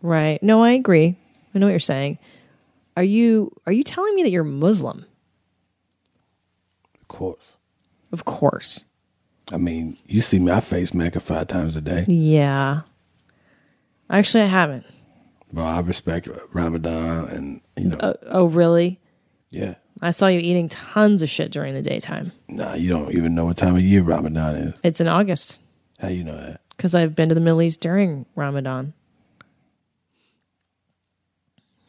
B: right. No, I agree. I know what you're saying. Are you are you telling me that you're Muslim?
A: Of course.
B: Of course.
A: I mean, you see me. I face Mecca five times a day.
B: Yeah. Actually, I haven't.
A: Well, I respect Ramadan and you know,
B: Oh, oh, really?
A: yeah.
B: I saw you eating tons of shit during the daytime.
A: Nah, you don't even know what time of year Ramadan is.
B: It's in August
A: How you know that?
B: because I've been to the Middle East during Ramadan.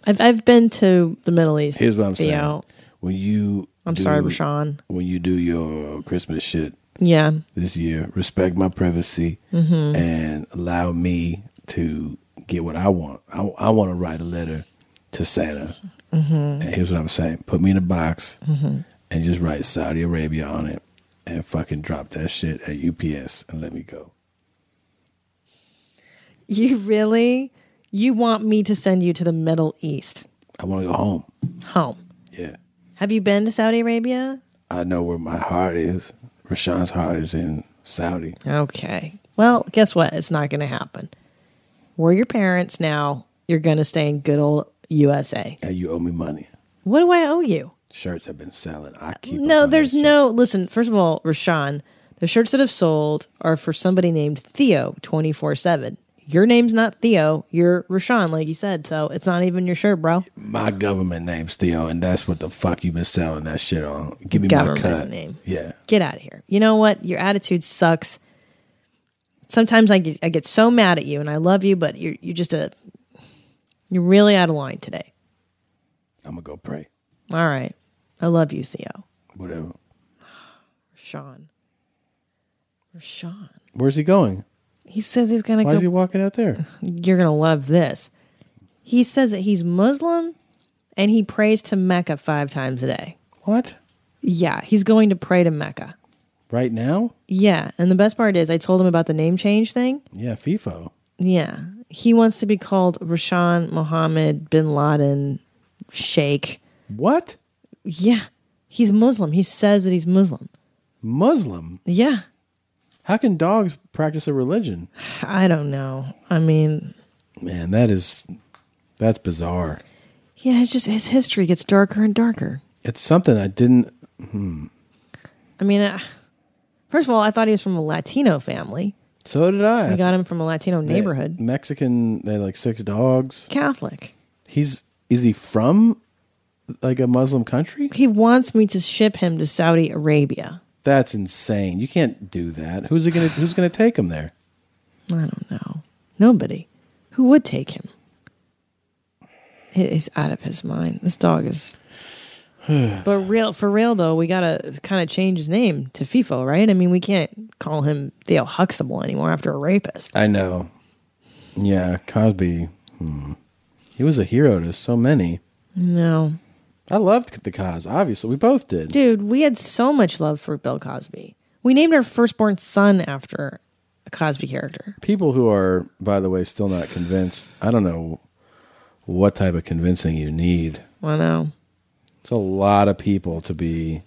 B: I've I've been to the Middle East.
A: Here's what I'm saying.
B: Theo.
A: When you,
B: I'm
A: do-
B: sorry, Rashawn.
A: When you do your Christmas shit,
B: Yeah.
A: this year, respect my privacy
B: Mhm.
A: and allow me to get what I want. I, I want to write a letter to Santa.
B: Mhm.
A: And here's what I'm saying: put me in a box
B: Mhm.
A: and just write Saudi Arabia on it, and fucking drop that shit at UPS and let me go.
B: You really? You want me to send you to the Middle East?
A: I want to go home.
B: Home.
A: Yeah.
B: Have you been to Saudi Arabia?
A: I know where my heart is. Rashawn's heart is in Saudi.
B: Okay. Well, guess what? It's not going to happen. We're your parents now. You're going to stay in good old USA.
A: And you owe me money.
B: What do I owe you?
A: Shirts have been selling. I keep
B: no, there's no. Listen, first of all, Rashawn, the shirts that have sold are for somebody named Theo 24 7. Your name's not Theo. You're Rashawn, like you said. So it's not even your shirt, bro.
A: my government name's Theo, and that's what the fuck you been selling that shit on. Give me
B: Government
A: my cut.
B: name.
A: Yeah.
B: Get out of here. You know what? Your attitude sucks. Sometimes I get, I get so mad at you and I love you, but you're, you're just a. You're really out of line today.
A: I'm gonna go pray.
B: All right. I love you, Theo.
A: Whatever.
B: Rashawn. Rashawn.
A: Where's he going?
B: He says he's going to
A: Why
B: go
A: is he walking out there?
B: you're going to love this. He says that he's Muslim and he prays to Mecca five times a day.
A: What?
B: Yeah, he's going to pray to Mecca.
A: Right now?
B: Yeah, and the best part is I told him about the name change thing.
A: Yeah, FIFO.
B: Yeah, he wants to be called Rashan Mohammed bin Laden Sheikh.
A: What?
B: Yeah, he's Muslim. He says that he's Muslim.
A: Muslim?
B: Yeah.
A: How can dogs practice a religion?
B: I don't know. I mean,
A: Man, that is that's bizarre.
B: yeah, it's just his history gets darker and darker.
A: It's something I didn't. Hmm.
B: I mean, uh, first of all, I thought he was from a Latino family.
A: So did I.
B: We got him from a Latino
A: They-
B: neighborhood.
A: Mexican. They had like six dogs.
B: Catholic.
A: He's is he from like a Muslim country?
B: He wants me to ship him to Saudi Arabia.
A: That's insane. You can't do that. Who's it gonna Who's gonna take him there?
B: I don't know. Nobody. Who would take him? He- He's out of his mind. This dog is. But real for real though, we gotta kind of change his name to FIFO, right? I mean, we can't call him Theo Huxtable anymore after a rapist.
A: I know. Yeah, Cosby. Hmm. He was a hero to so many.
B: No,
A: I loved the Cos. Obviously, we both did.
B: dude, we had so much love for Bill Cosby. We named our firstborn son after a Cosby character.
A: People who are, by the way, still not convinced. I don't know what type of convincing you need.
B: I know.
A: It's a lot of people to be,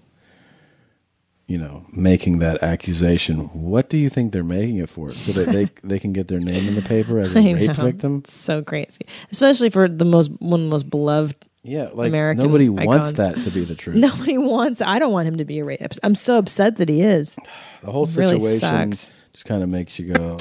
A: you know, making that accusation. What do you think they're making it for? So that they they can get their name in the paper as a
B: I
A: rape
B: know.
A: victim.
B: It's so crazy, especially for the most one of the most beloved.
A: Yeah, like
B: American
A: nobody wants
B: icons.
A: that to be the truth.
B: Nobody wants. I don't want him to be a rapist. I'm so upset that he is.
A: The whole
B: It really
A: situation
B: sucks.
A: just kind of makes you go.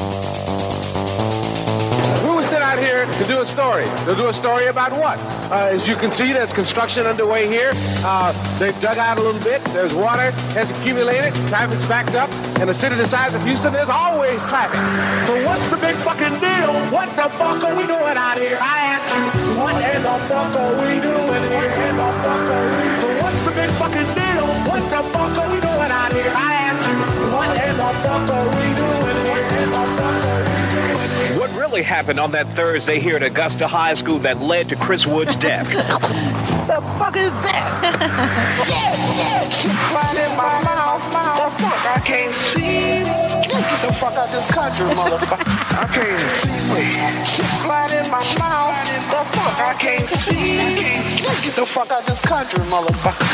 D: We were sent out here to do a story. To do a story about what? Uh, as you can see, there's construction underway here. Uh, they've dug out a little bit. There's water has accumulated. Traffic's backed up. In a city the size of Houston, there's always traffic. So what's the big fucking deal? What the fuck are we doing out here? I ask you, what in the fuck are we doing here? What in the fuck are we So what's the big fucking deal? What the fuck are we doing out here? I ask you, what in the fuck are we doing here? What in the fuck are we
I: What really happened on that Thursday here at Augusta High School that led to Chris Wood's death?
D: The fuck is that? yeah, yeah. She cried in my mouth, mouth. The fuck, I can't see. Get the fuck out this country, motherfucker. I can't see. She cried in my mouth. The fuck, I can't see. Get the fuck out this country, motherfucker.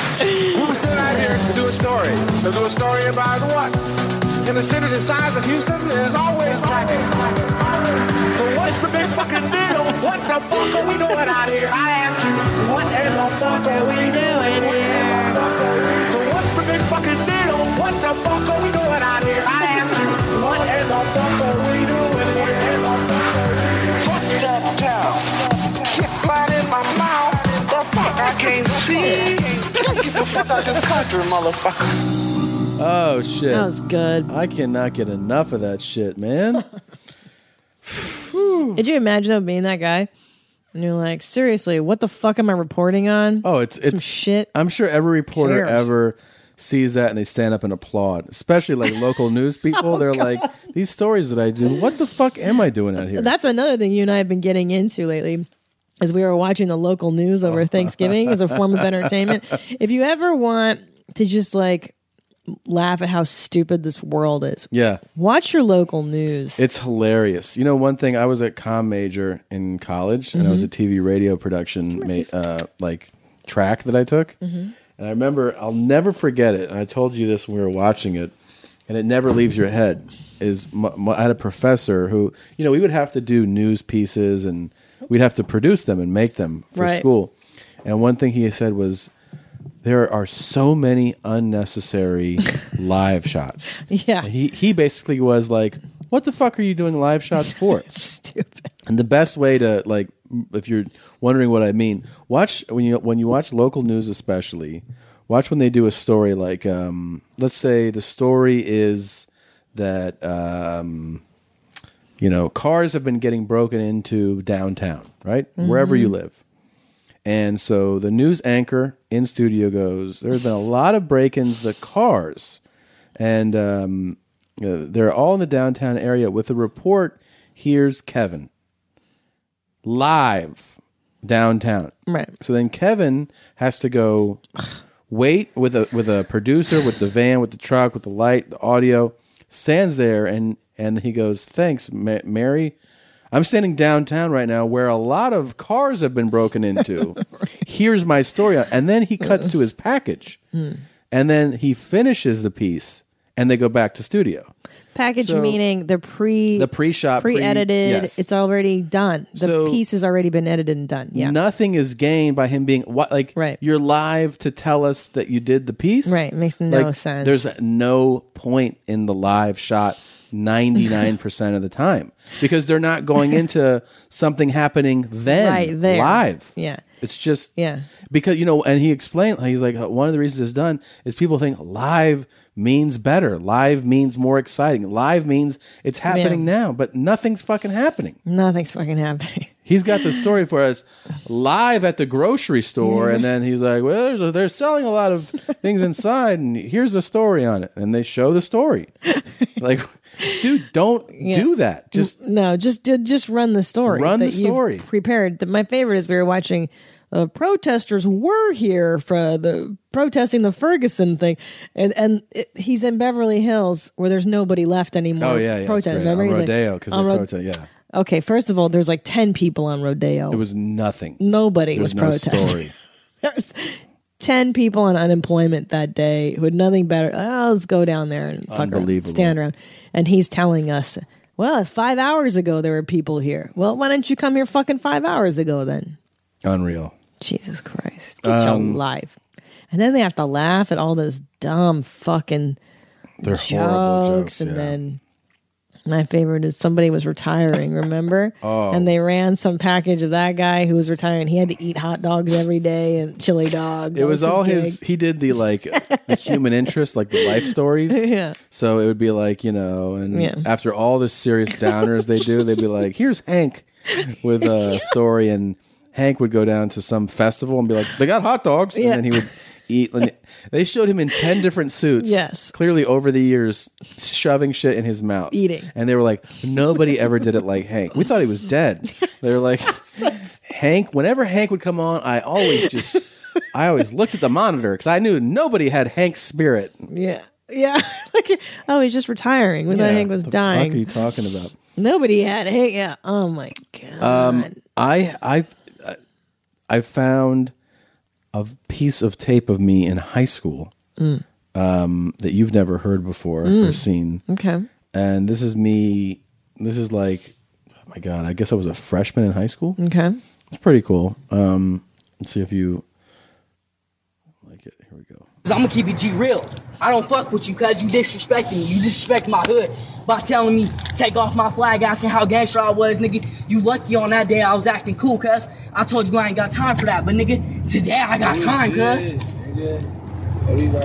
D: We were sent out here to do a story. To do a story about what? In a city the size of Houston, there's always traffic. So what's the big fucking deal? What the fuck are we doing out here? I ask you, what in the fuck are we doing here? So what's the big fucking deal? What the fuck are we doing out here? I ask you, what in the fuck are we doing here? Fuck that town. Shit flying in my mouth. The fuck I can't see. Get the fuck out this country, motherfucker.
A: Oh shit!
D: That was
B: good.
A: I cannot get enough of that shit, man. Oh.
B: Did you imagine though being that guy? And you're like, seriously, what the fuck am I reporting on?
A: Oh, it's
B: some
A: it's
B: shit.
A: I'm sure every reporter
B: cares?
A: ever sees that and they stand up and applaud. Especially like local news people.
B: Oh,
A: They're like, these stories that I do. What the fuck am I doing out here?
B: That's another thing you and I have been getting into lately. As we were watching the local
A: Oh.
B: news over Thanksgiving as a form of entertainment. If you ever want to just like laugh at how stupid this world is.
A: Yeah.
B: Watch your local news.
A: It's hilarious. You know, one thing I was a com major in college, and I was
B: Mhm.
A: a TV radio production ma- uh, like track that I took,
D: Mhm.
A: and I remember I'll never forget it. And I told you this when we were watching it, and it never leaves your head. Is m- m- I had a professor who you know we would have to do news pieces, and we'd have to produce them and make them for
D: Right.
A: school. And one thing he said was. There are so many unnecessary live shots.
B: Yeah.
A: He he basically was like, "What the fuck are you doing live shots for?"
B: Stupid.
A: And the best way to like, m- if you're wondering what I mean, watch when you when you watch local news, especially watch when they do a story like, um, let's say the story is that um, you know cars have been getting broken into downtown, right, wherever you
N: Mhm.
A: live. And so the news anchor in studio goes, There have been a lot of break ins to cars. And um, uh, they're all in the downtown area with a report. Here's Kevin live downtown.
B: Right.
A: So then Kevin has to go wait with a with a producer, with the van, with the truck, with the light, the audio. Stands there and and he goes, "Thanks, Ma- Mary. I'm standing downtown right now where a lot of cars have been broken into. Here's my story." And then he cuts to his package. And then he finishes the piece and they go back to studio.
B: Package
A: So-
B: meaning they're pre
A: The pre-shot, pre-
B: edited.
A: yes.
B: It's already done. The
A: So-
B: piece has already been edited and done. Yeah.
A: Nothing is gained by him being what like you're live to tell us that you did the piece.
B: Right, makes no
A: Like,
B: sense.
A: There's no point in the live shot 99% of the time because they're not going into something happening then
B: right there.
A: live.
B: Yeah.
A: It's just
B: Yeah.
A: because you know and he explained he's like uh, one of the reasons it's done is people think live means better. Live means more exciting. Live means it's happening now, but nothing's fucking happening.
B: Nothing's fucking happening.
A: He's got the story for us live at the grocery store, and then he's like, "Well, there's a, they're selling a lot of things inside, and here's the story on it." And they show the story. Like, dude, don't
B: Yeah. Mm.
A: do that. Just
B: N- no, just ju- just run the story.
A: Run the
B: that you've
A: story.
B: prepared. Th- My favorite is we were watching. Uh, protesters were here for the protesting the Ferguson thing, and and it, he's in Beverly Hills where there's nobody left anymore.
A: oh yeah, yeah,
B: protest.
A: protest.
B: Remember,
A: On
B: He's like,
A: rodeo because
B: on
A: they
B: Ro-
A: protest. Yeah,
B: Okay, first of all, there's like ten people on rodeo.
A: it was nothing.
B: Nobody
A: There
B: was
A: no
B: protesting.
A: story.
B: There's ten people on unemployment that day who had nothing better. Oh, let's go down there and fuck around,
A: Unbelievable.
B: stand around. And he's telling us, well, five hours ago there were people here. Well, why didn't you come here fucking five hours ago then?
A: Unreal.
B: Jesus Christ, get your life. And then they have to laugh at all those dumb fucking
A: They're
B: jokes.
A: horrible jokes,
B: and
A: yeah.
B: then my favorite is somebody was retiring, remember?
A: Oh.
B: And they ran some package of that guy who was retiring. He had to eat hot dogs every day and chili dogs.
A: It
B: That
A: was all his.
B: gig.
A: He did the like the human interest, like the life stories.
B: Yeah.
A: So it would be like you know, and
B: Yeah.
A: after all the serious downers they do, they'd be like, "Here's Hank with a story," and Hank would go down to some festival and be like, "They got hot dogs,"
B: Yeah.
A: and then he would eat. And they showed him in ten different suits.
B: Yes.
A: Clearly, over the years, shoving shit in his mouth,
B: Eating.
A: and they were like, "Nobody ever did it like Hank." We thought he was dead. They were like. Hank, whenever Hank would come on, I always just, I always looked at the monitor because I knew nobody had Hank's spirit.
B: Yeah. Yeah. like, oh, he's just retiring. We thought
A: Yeah.
B: Hank was
A: The
B: dying.
A: Fuck are you talking about?
B: Nobody had Hank. Yeah. Oh, my God.
A: Um, I, I've, I- I found a piece of tape of me in high school
B: Mm.
A: um, that you've never heard before or
B: Mm.
A: seen.
B: Okay.
A: And this is me. This is like, oh my God, I guess I was a freshman in high school.
B: Okay.
A: It's pretty cool. Um, let's see if you like it. Here we go.
R: Cause I'm gonna keep it G real. I don't fuck with you cause you disrespecting me. You disrespect my hood by telling me take off my flag, asking how gangster I was, nigga. You lucky on that day I was acting cool, cuz I told you I ain't got time for that, but nigga, today I got time, cuz.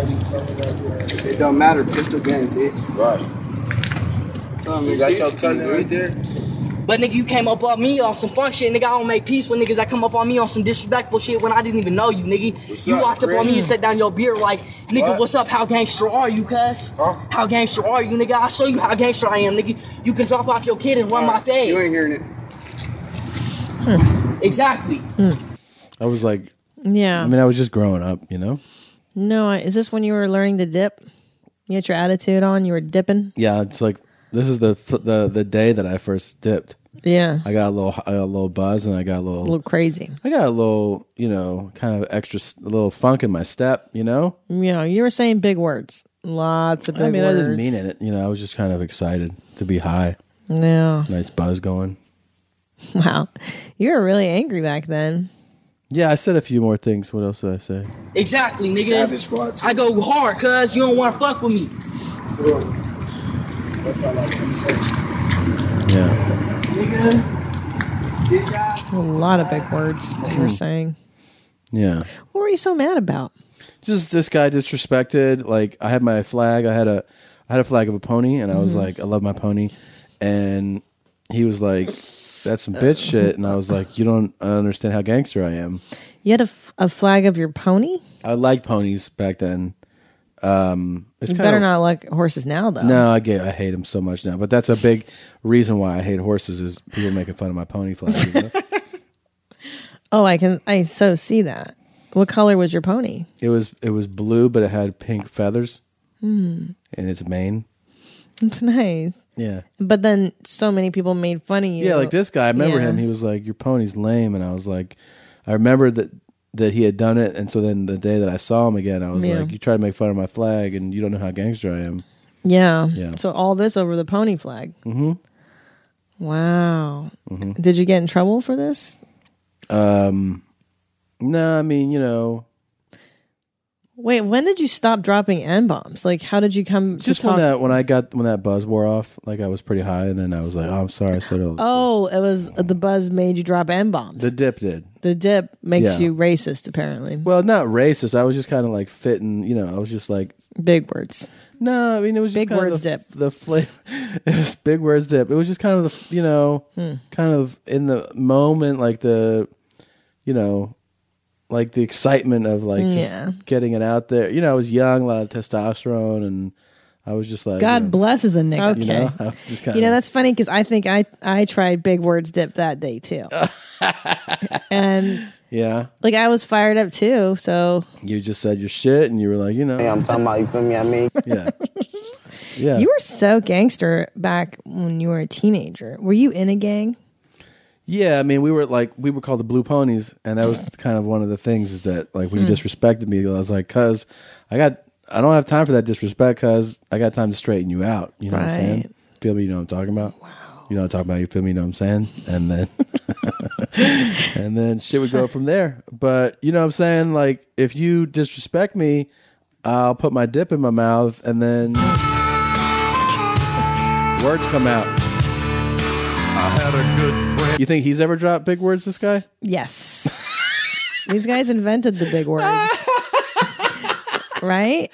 S: It don't matter, pistol game, bitch. Right. You got your cousin right there?
R: But nigga, you came up on me on some fun shit, nigga. I don't make peace with niggas that come up on me on some disrespectful shit when I didn't even know you, nigga.
S: What's
R: you
S: up,
R: walked up on me
S: Chris?
R: and set down your beer like, nigga,
S: What?
R: what's up? How gangster are you, cuz? How gangster are you, nigga? I'll show you how gangster I am, nigga. You can drop off your kid and run my fade. You ain't hearing it. Exactly.
A: I was like,
B: Yeah.
A: I mean, I was just growing up, you know.
B: no, I- is this when you were learning to dip? You had your attitude on. You were dipping.
A: Yeah, it's like this is the the the day that I first dipped.
B: Yeah.
A: I got a little I got a little buzz and I got a
B: A
A: little,
B: little crazy.
A: I got a little you know kind of extra s- a little funk in my step. You know,
B: You know, you were saying big words. Lots of big
A: I mean,
B: words.
A: I didn't mean it. You know, I was just kind of excited to be high.
B: Yeah.
A: nice buzz going.
B: Wow. You were really angry back then.
A: Yeah, I said a few more things. What else did I say?
R: Exactly, nigga. I go hard, cuz you don't want to fuck with me.
S: That's all I can say.
A: Yeah.
R: Nigga.
B: A lot of big words you
A: Hmm.
B: were saying.
A: Yeah.
B: What were you so mad about?
A: just this guy disrespected. Like I had my flag. I had a I had a flag of a pony, and I was
R: Mm-hmm.
N: Mhm.
A: like, I love my pony, and he was like, that's some bitch shit, and I was like, you don't understand how gangster I am.
B: You had a, f- a flag of your pony?
A: I liked ponies back then. Um, it's
B: you
A: kinda-
B: better not like horses now, though.
A: No, I get. I hate them so much now, but that's a big reason why I hate horses is people making fun of my pony flag. you know?
B: Oh, I can. I so see that. What color was your pony?
A: it was it was blue, but it had pink feathers
B: Hmm.
A: in its mane.
B: It's nice.
A: Yeah.
B: But then so many people made fun of you.
A: Yeah, like this guy. I remember
B: Yeah.
A: him. He was like, "Your pony's lame," and I was like, I remembered that that he had done it. And so then the day that I saw him again, I was
B: Yeah.
A: like, "You try to make fun of my flag, and you don't know how gangster I am."
B: Yeah.
A: Yeah.
B: So all this over the pony flag.
A: hmm
B: Wow.
A: Mhm.
B: Did you get in trouble for this?
A: Um, no, I mean, you know,
B: Wait, when did you stop dropping n bombs? Like, how did you come?
A: just
B: to
A: when
B: talk-
A: that when I got when that buzz wore off, like I was pretty high, and then I was like, "Oh, I'm sorry, I said it."
B: Oh, it was the buzz made you drop n bombs.
A: The dip did.
B: The dip makes
A: Yeah.
B: you racist, apparently.
A: Well, not racist. I was just kind of like fitting. You know, I was just like
B: big words.
A: No, I mean it was just
B: big
A: kind
B: words
A: of the,
B: dip.
A: The flavor, it was big words dip. It was just kind of the you know,
B: Hmm.
A: kind of in the moment, like the, you know, like the excitement of like just
B: Yeah.
A: getting it out there. You know, I was young, a lot of testosterone, and I was just like,
B: God
A: you know,
B: bless is a nigga.
A: you know, I was just kind
B: You know,
A: of
B: that's funny because I think I I tried big words dip that day too, and
A: yeah.
B: like I was fired up too. So
A: You just said your shit, and you were like, you know,
B: Hey, I'm
A: talking about you. Feel me? I mean, yeah, yeah.
B: you were so gangster back when you were a teenager. Were you in a gang?
A: Yeah, I mean, we were like we were called the Blue Ponies, and that was kind of one of the things is that like when you
N: Hmm.
A: disrespected me, I was like, "Cause I got I don't have time for that disrespect, cause I got time to straighten you out." You know what I'm
N: Right.
A: saying? Feel me? You know what I'm talking about? Wow. You know what I'm talking about? You feel me? You know what I'm saying? And then and then shit would go from there. But you know what I'm saying? Like if you disrespect me, I'll put my dip in my mouth, and then words come out.
J: I had a good friend.
A: You think he's ever dropped big words? This guy?
B: Yes. These guys invented the big words, right?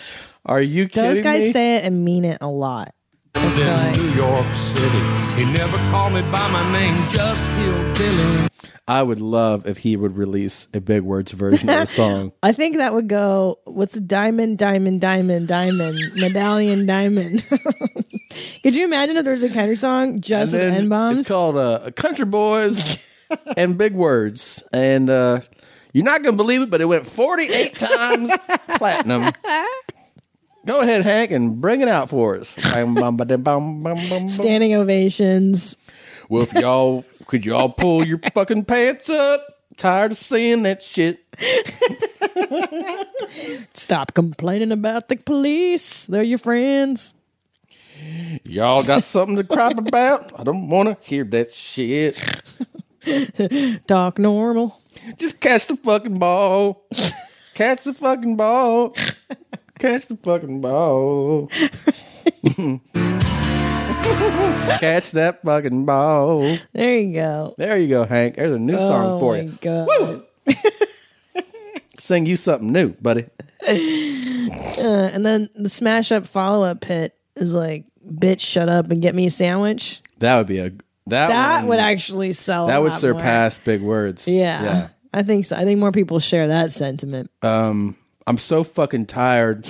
A: Are you kidding
B: Those guys
A: me?
B: say it and mean it a lot.
J: in New York City. He never called me by my name, just hillbilly.
A: I would love if he would release a big words version of the song.
B: I think that would go. What's a diamond, diamond, diamond, diamond, medallion, diamond? Could you imagine if there was a country song just
A: And
B: with
A: then
B: n bombs?
A: It's called uh, "Country Boys and Big Words," and uh, you're not gonna believe it, but it went 48 times platinum. Go ahead, Hank, and bring it out for us.
B: Standing ovations.
A: well, if y'all could y'all pull your fucking pants up. Tired of seeing that shit.
B: Stop complaining about the police. They're your friends.
A: Y'all got something to crap about? I don't want to hear that shit.
B: Talk normal.
A: Just catch the fucking ball. catch the fucking ball. Catch the fucking ball. catch that fucking ball.
B: There you go.
A: There you go, Hank. There's a new
B: Oh
A: song for
B: my
A: you.
B: God.
A: Sing you something new, buddy.
B: Uh, and then the smash up follow up pit is like, bitch, shut up and get me a sandwich.
A: That would be a that,
B: That
A: one-
B: would actually sell.
A: Um, that
B: a
A: would
B: lot
A: surpass big words.
B: More. Yeah, I think so. I think more people share that sentiment.
A: Yeah. Um, I'm so fucking tired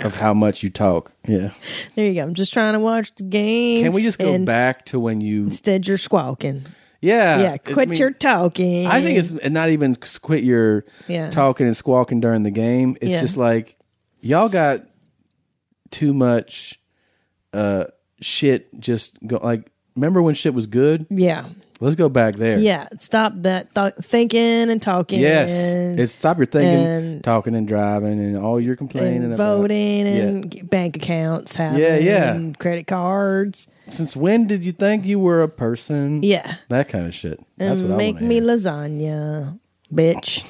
A: of how much you talk. Yeah.
B: There you go. I'm just trying to watch the game.
A: Can we just go
B: and
A: back to when you?
B: Instead, you're squawking.
A: Yeah.
B: yeah.
A: I
B: Quit
A: mean-
B: your talking.
A: I think it's not even s- quit your
B: Yeah.
A: talking and squawking during the game. It's
B: Yeah.
A: just like y'all got too much uh, shit. Just go like remember when shit was good.
B: Yeah.
A: Let's go back there.
B: Yeah. Stop that th- thinking and talking.
A: Yes.
B: and-
A: It's stop your thinking,
B: and-
A: talking, and driving, and all you're complaining
B: and
A: about.
B: voting
A: Yeah.
B: and g- bank accounts having
A: Yeah, yeah.
B: and credit cards.
A: Since when did you think you were a person?
B: Yeah.
A: That kind of shit. That's
B: And
A: what I
B: make
A: want
B: me lasagna, bitch.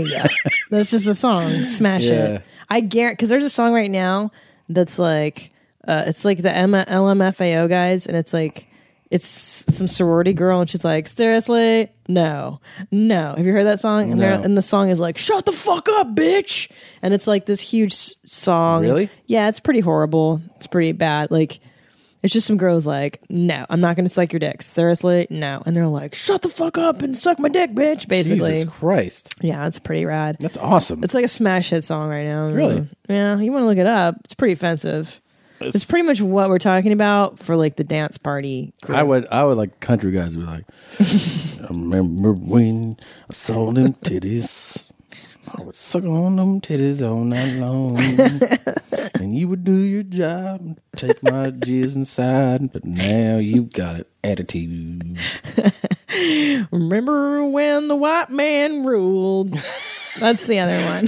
B: you go. that's just the song. Smash
A: Yeah.
B: it. I guarantee because there's a song right now that's like uh, it's like the M- LMFAO guys, and it's like it's some sorority girl, and she's like, seriously, no, no. Have you heard that song? And, they're
T: No.
B: and the song is like, shut the fuck up, bitch. And it's like this huge s- song.
T: Really?
B: Yeah, it's pretty horrible. It's pretty bad. Like. It's just some girls like, no, I'm not going to suck your dick. Seriously, no. And they're like, shut the fuck up and suck my dick, bitch. Basically,
A: Jesus Christ.
B: yeah, it's pretty rad. That's
A: awesome.
B: It's like a smash hit song right now. Mm-hmm.
A: Really?
B: Yeah, you want to look it up. It's pretty offensive. It's, pretty much what we're talking about for like the dance party.
N: I would, I would like country guys to be like, I remember when I saw them titties. I would suck on them titties all night long, and you would do your job, and take my jizz inside. But now you got an attitude.
B: Remember when the white man ruled? That's the other one.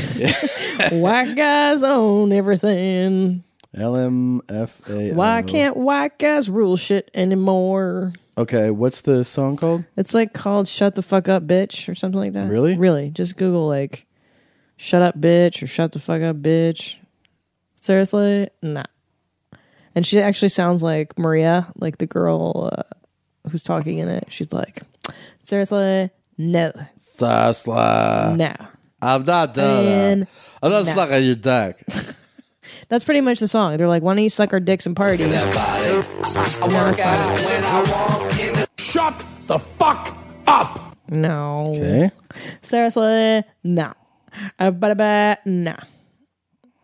B: white guys own everything.
A: LMFAO.
B: Why can't white guys rule shit anymore?
A: Okay, what's the song called?
B: It's like called "Shut the fuck up, bitch" or something like that.
A: Really?
B: Really? Just Google like "Shut up, bitch" or "Shut the fuck up, bitch." Seriously, nah. And she actually sounds like Maria, like the girl uh, who's talking in it. She's like, seriously, no,
N: Sasla.
B: no.
N: I'm not
A: uh,
N: doing
B: And-
N: that. I'm not
B: no.
N: sucking your dick.
B: That's pretty much the song. They're like, why don't you suck our dicks and party? No, it's not.
J: Shut the fuck up!
B: No. Seriously, no. Uh, but but no.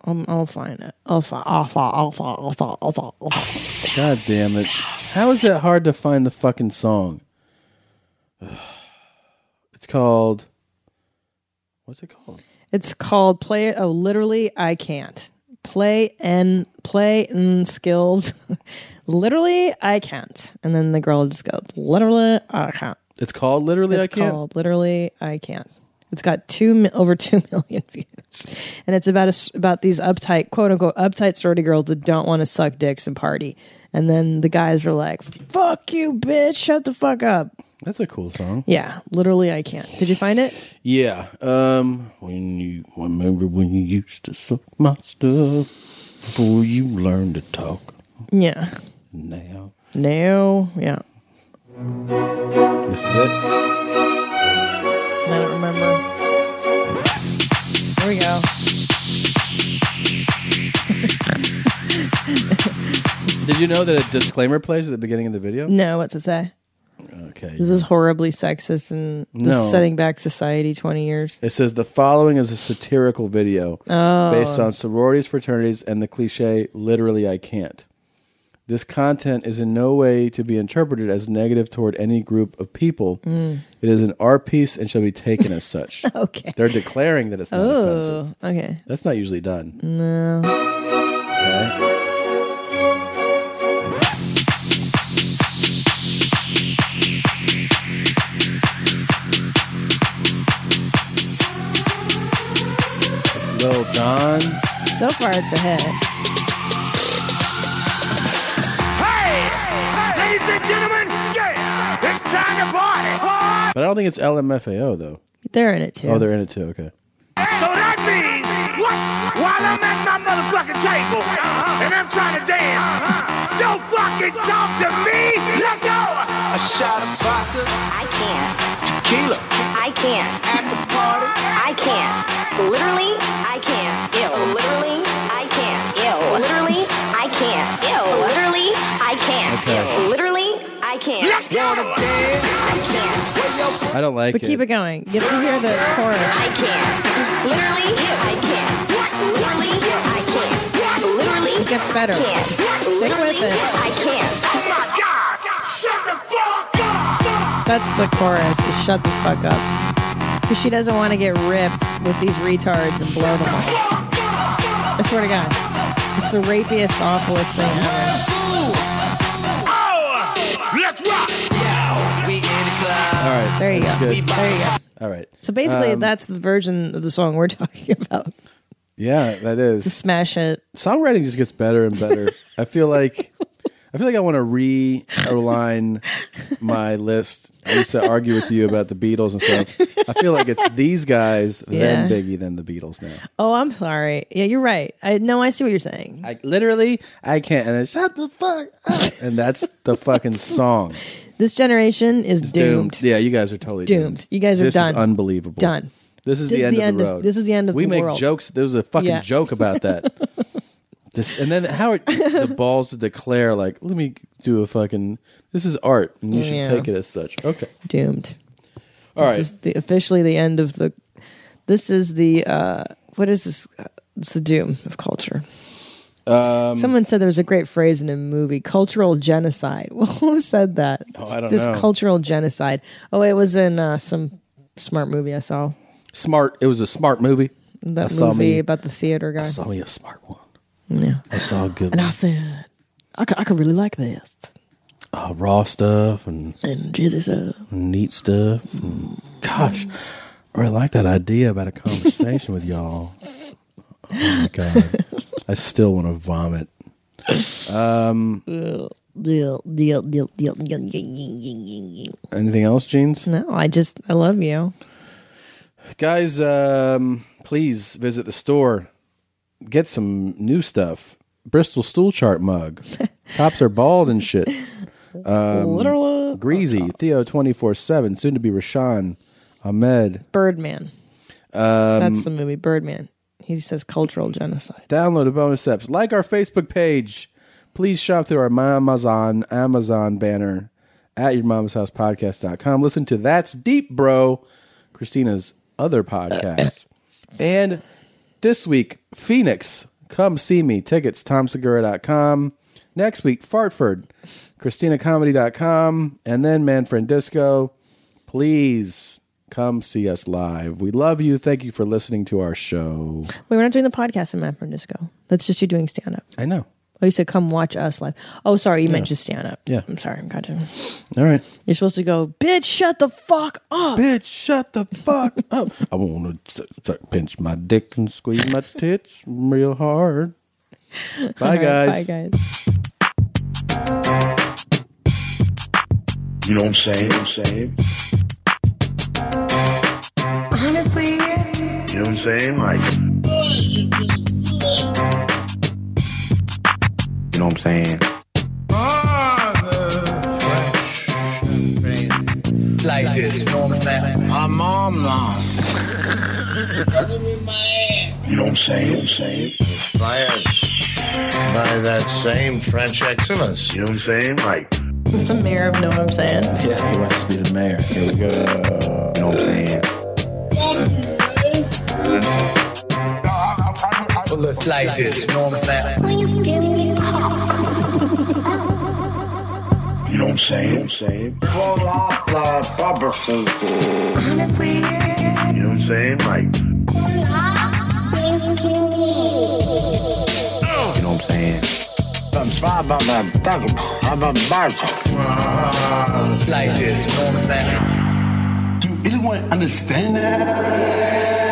B: I'm, I'll find it. I'll find. I'll find. I'll find. I'll find. I'll find. I'll find.
A: God damn it. How is that hard to find the fucking song? It's called. What's it called?
B: It's called play. Oh, literally, I can't play and play and skills. literally, I can't. And then the girl just goes, literally, I can't.
A: It's called Literally
B: it's
A: I Can't.
B: called literally I can't. It's got two mi- over two million views, and it's about a s about these uptight quote unquote uptight sorority girls that don't want to suck dicks and party, and then the guys are like, "Fuck you, bitch! Shut the fuck up!"
A: That's a cool song.
B: Yeah, literally I can't. Did you find it?
N: Yeah. Um. When you remember when you used to suck my stuff before you learned to talk.
B: Yeah.
N: Now.
B: No. Yeah.
N: This is it.
B: I don't remember. There we go.
A: Did you know that a disclaimer plays at the beginning of the video?
B: No, what's it say?
A: Okay.
B: This is horribly sexist and this
A: No.
B: is setting back society twenty years.
A: It says the following is a satirical video
B: Oh.
A: based on sororities, fraternities, and the cliche literally I can't. This content is in no way to be interpreted as negative toward any group of people.
B: Mm.
A: It is an art piece and shall be taken as such.
B: Okay.
A: They're declaring that it's not offensive.
B: Oh, okay.
A: That's not usually done.
B: No.
A: Okay. Lil John.
B: So far, it's a hit.
D: Ladies and gentlemen, yeah, it's time to party.
A: But I don't think it's LMFAO though.
B: They're in it too.
A: Oh, they're in it too. Okay.
D: So that means what? While I'm at my motherfucking table and I'm trying to dance, don't fucking talk to me. Let's go. A shot of vodka. I can't. Tequila. I can't. At the party. I can't.
G: Literally, I can't. Ew. Literally, I can't. Ew. Literally, I can't. Ew. Literally, I can't.
A: Okay.
G: Ew. Literally, I can't. Let's go. I can't.
A: I don't like
B: but
A: it.
B: keep it going. You have to hear the chorus.
G: I can't. Literally, I can't. Literally, I can't. Literally,
B: It gets better.
G: Can't.
B: Stick with it.
G: I can't. Oh my god! Shut the fuck up!
B: That's the chorus. Just shut the fuck up. Because she doesn't want to get ripped with these retards and blow them up. I swear to God. It's the rapiest, awfulest thing ever.
D: Let's rock! we in the club.
A: All right.
B: There you
A: that's
B: go.
A: good.
B: There you go.
A: All right.
B: So basically,
A: Um,
B: that's the version of the song we're talking about.
A: Yeah, that is.
B: smash it.
A: Songwriting just gets better and better. I feel like I feel like I want to re-align my list. I used to argue with you about the Beatles and stuff. I feel like it's these guys, then
B: Yeah.
A: Biggie, then the Beatles now.
B: Oh, I'm sorry. Yeah, you're right. I no, I see what you're saying.
A: I literally I can't and, it's,
B: Shut the fuck
A: and that's the fucking song.
B: This generation is doomed.
A: Yeah, you guys are totally doomed.
B: Doomed. You guys are
A: This is
B: done.
A: unbelievable.
B: Done.
A: This is the end, of the road.
B: this is the end of
A: we
B: the
A: make
B: world.
A: jokes. There was a fucking
B: Yeah.
A: joke about that. this and then Howard the balls to declare like, let me do a fucking. This is art, and you should
B: Yeah.
A: take it as such. Okay,
B: doomed.
A: All
B: this
A: right.
B: is the, officially the end of the. This is the uh, what is this? It's the doom of culture.
A: Um,
B: Someone said there was a great phrase in a movie: "cultural genocide." Well, who said that?
A: Oh, I don't
B: There's
A: know.
B: cultural genocide. Oh, it was in uh, some smart movie I saw.
A: smart. It was a smart movie.
B: That
A: I saw
B: movie
A: me,
B: about the theater guy.
A: I saw me a smart one.
B: Yeah,
A: I saw a good.
B: and
A: one.
B: I said, I could, I could really like this.
A: uh, raw stuff and
B: and jizzy stuff,
A: neat stuff. and- gosh, I really like that idea about a conversation with y'all. Oh my god, I still want to vomit. Um,
B: No,
A: anything else, Jeans?
B: I just I love you.
A: guys um, please visit the store get some new stuff bristol stool chart mug tops are bald and shit um,
B: Literal-
A: greasy theo 24-7 soon to be rashan ahmed
B: Birdman.
A: um,
B: That's the movie Birdman. He says cultural genocide.
A: Download the bonus steps. Like our Facebook page. Please shop through our My Amazon Amazon banner at your mama's house podcast.com. Listen to That's Deep Bro, Christina's other podcast. and this week, Phoenix, come see me. Tickets, tomsegura.com. Next week, Fartford, ChristinaComedy.com, and then Manfred Disco. Please come see us live. We love you. Thank you for listening to our show.
B: Wait, we're not doing the podcast in San Francisco. That's just you doing stand up.
A: I know.
B: Oh, you said come watch us live. Oh, sorry, you meant
A: Yeah.
B: just stand up.
A: Yeah.
B: I'm sorry, I'm gotcha.
A: All right.
B: You're supposed to go, bitch, shut the fuck up.
A: Bitch, shut the fuck up. I want to pinch my dick and squeeze my tits real hard. Bye, guys.
B: Bye, guys.
F: You know what I'm saying? I'm saying.
D: Honestly.
F: You know what I'm saying? Like, you know what I'm saying?
D: Like this, you know what I'm saying? My mom lost.
E: You know what I'm saying? I'm saying. By, by that same French excellence. You know what I'm saying? Like,
B: the mayor of know what I'm saying.
A: Yeah, he wants to be the mayor. Here we go. You know what I'm saying?
D: Like this, you know what I'm saying? Please give me
F: You know what I'm saying? I'm saying.
D: Honestly.
F: You know what I'm saying? Like,
D: Please give me
F: you know what I'm saying?
D: Like this, you know what I'm saying?
E: do anyone understand that?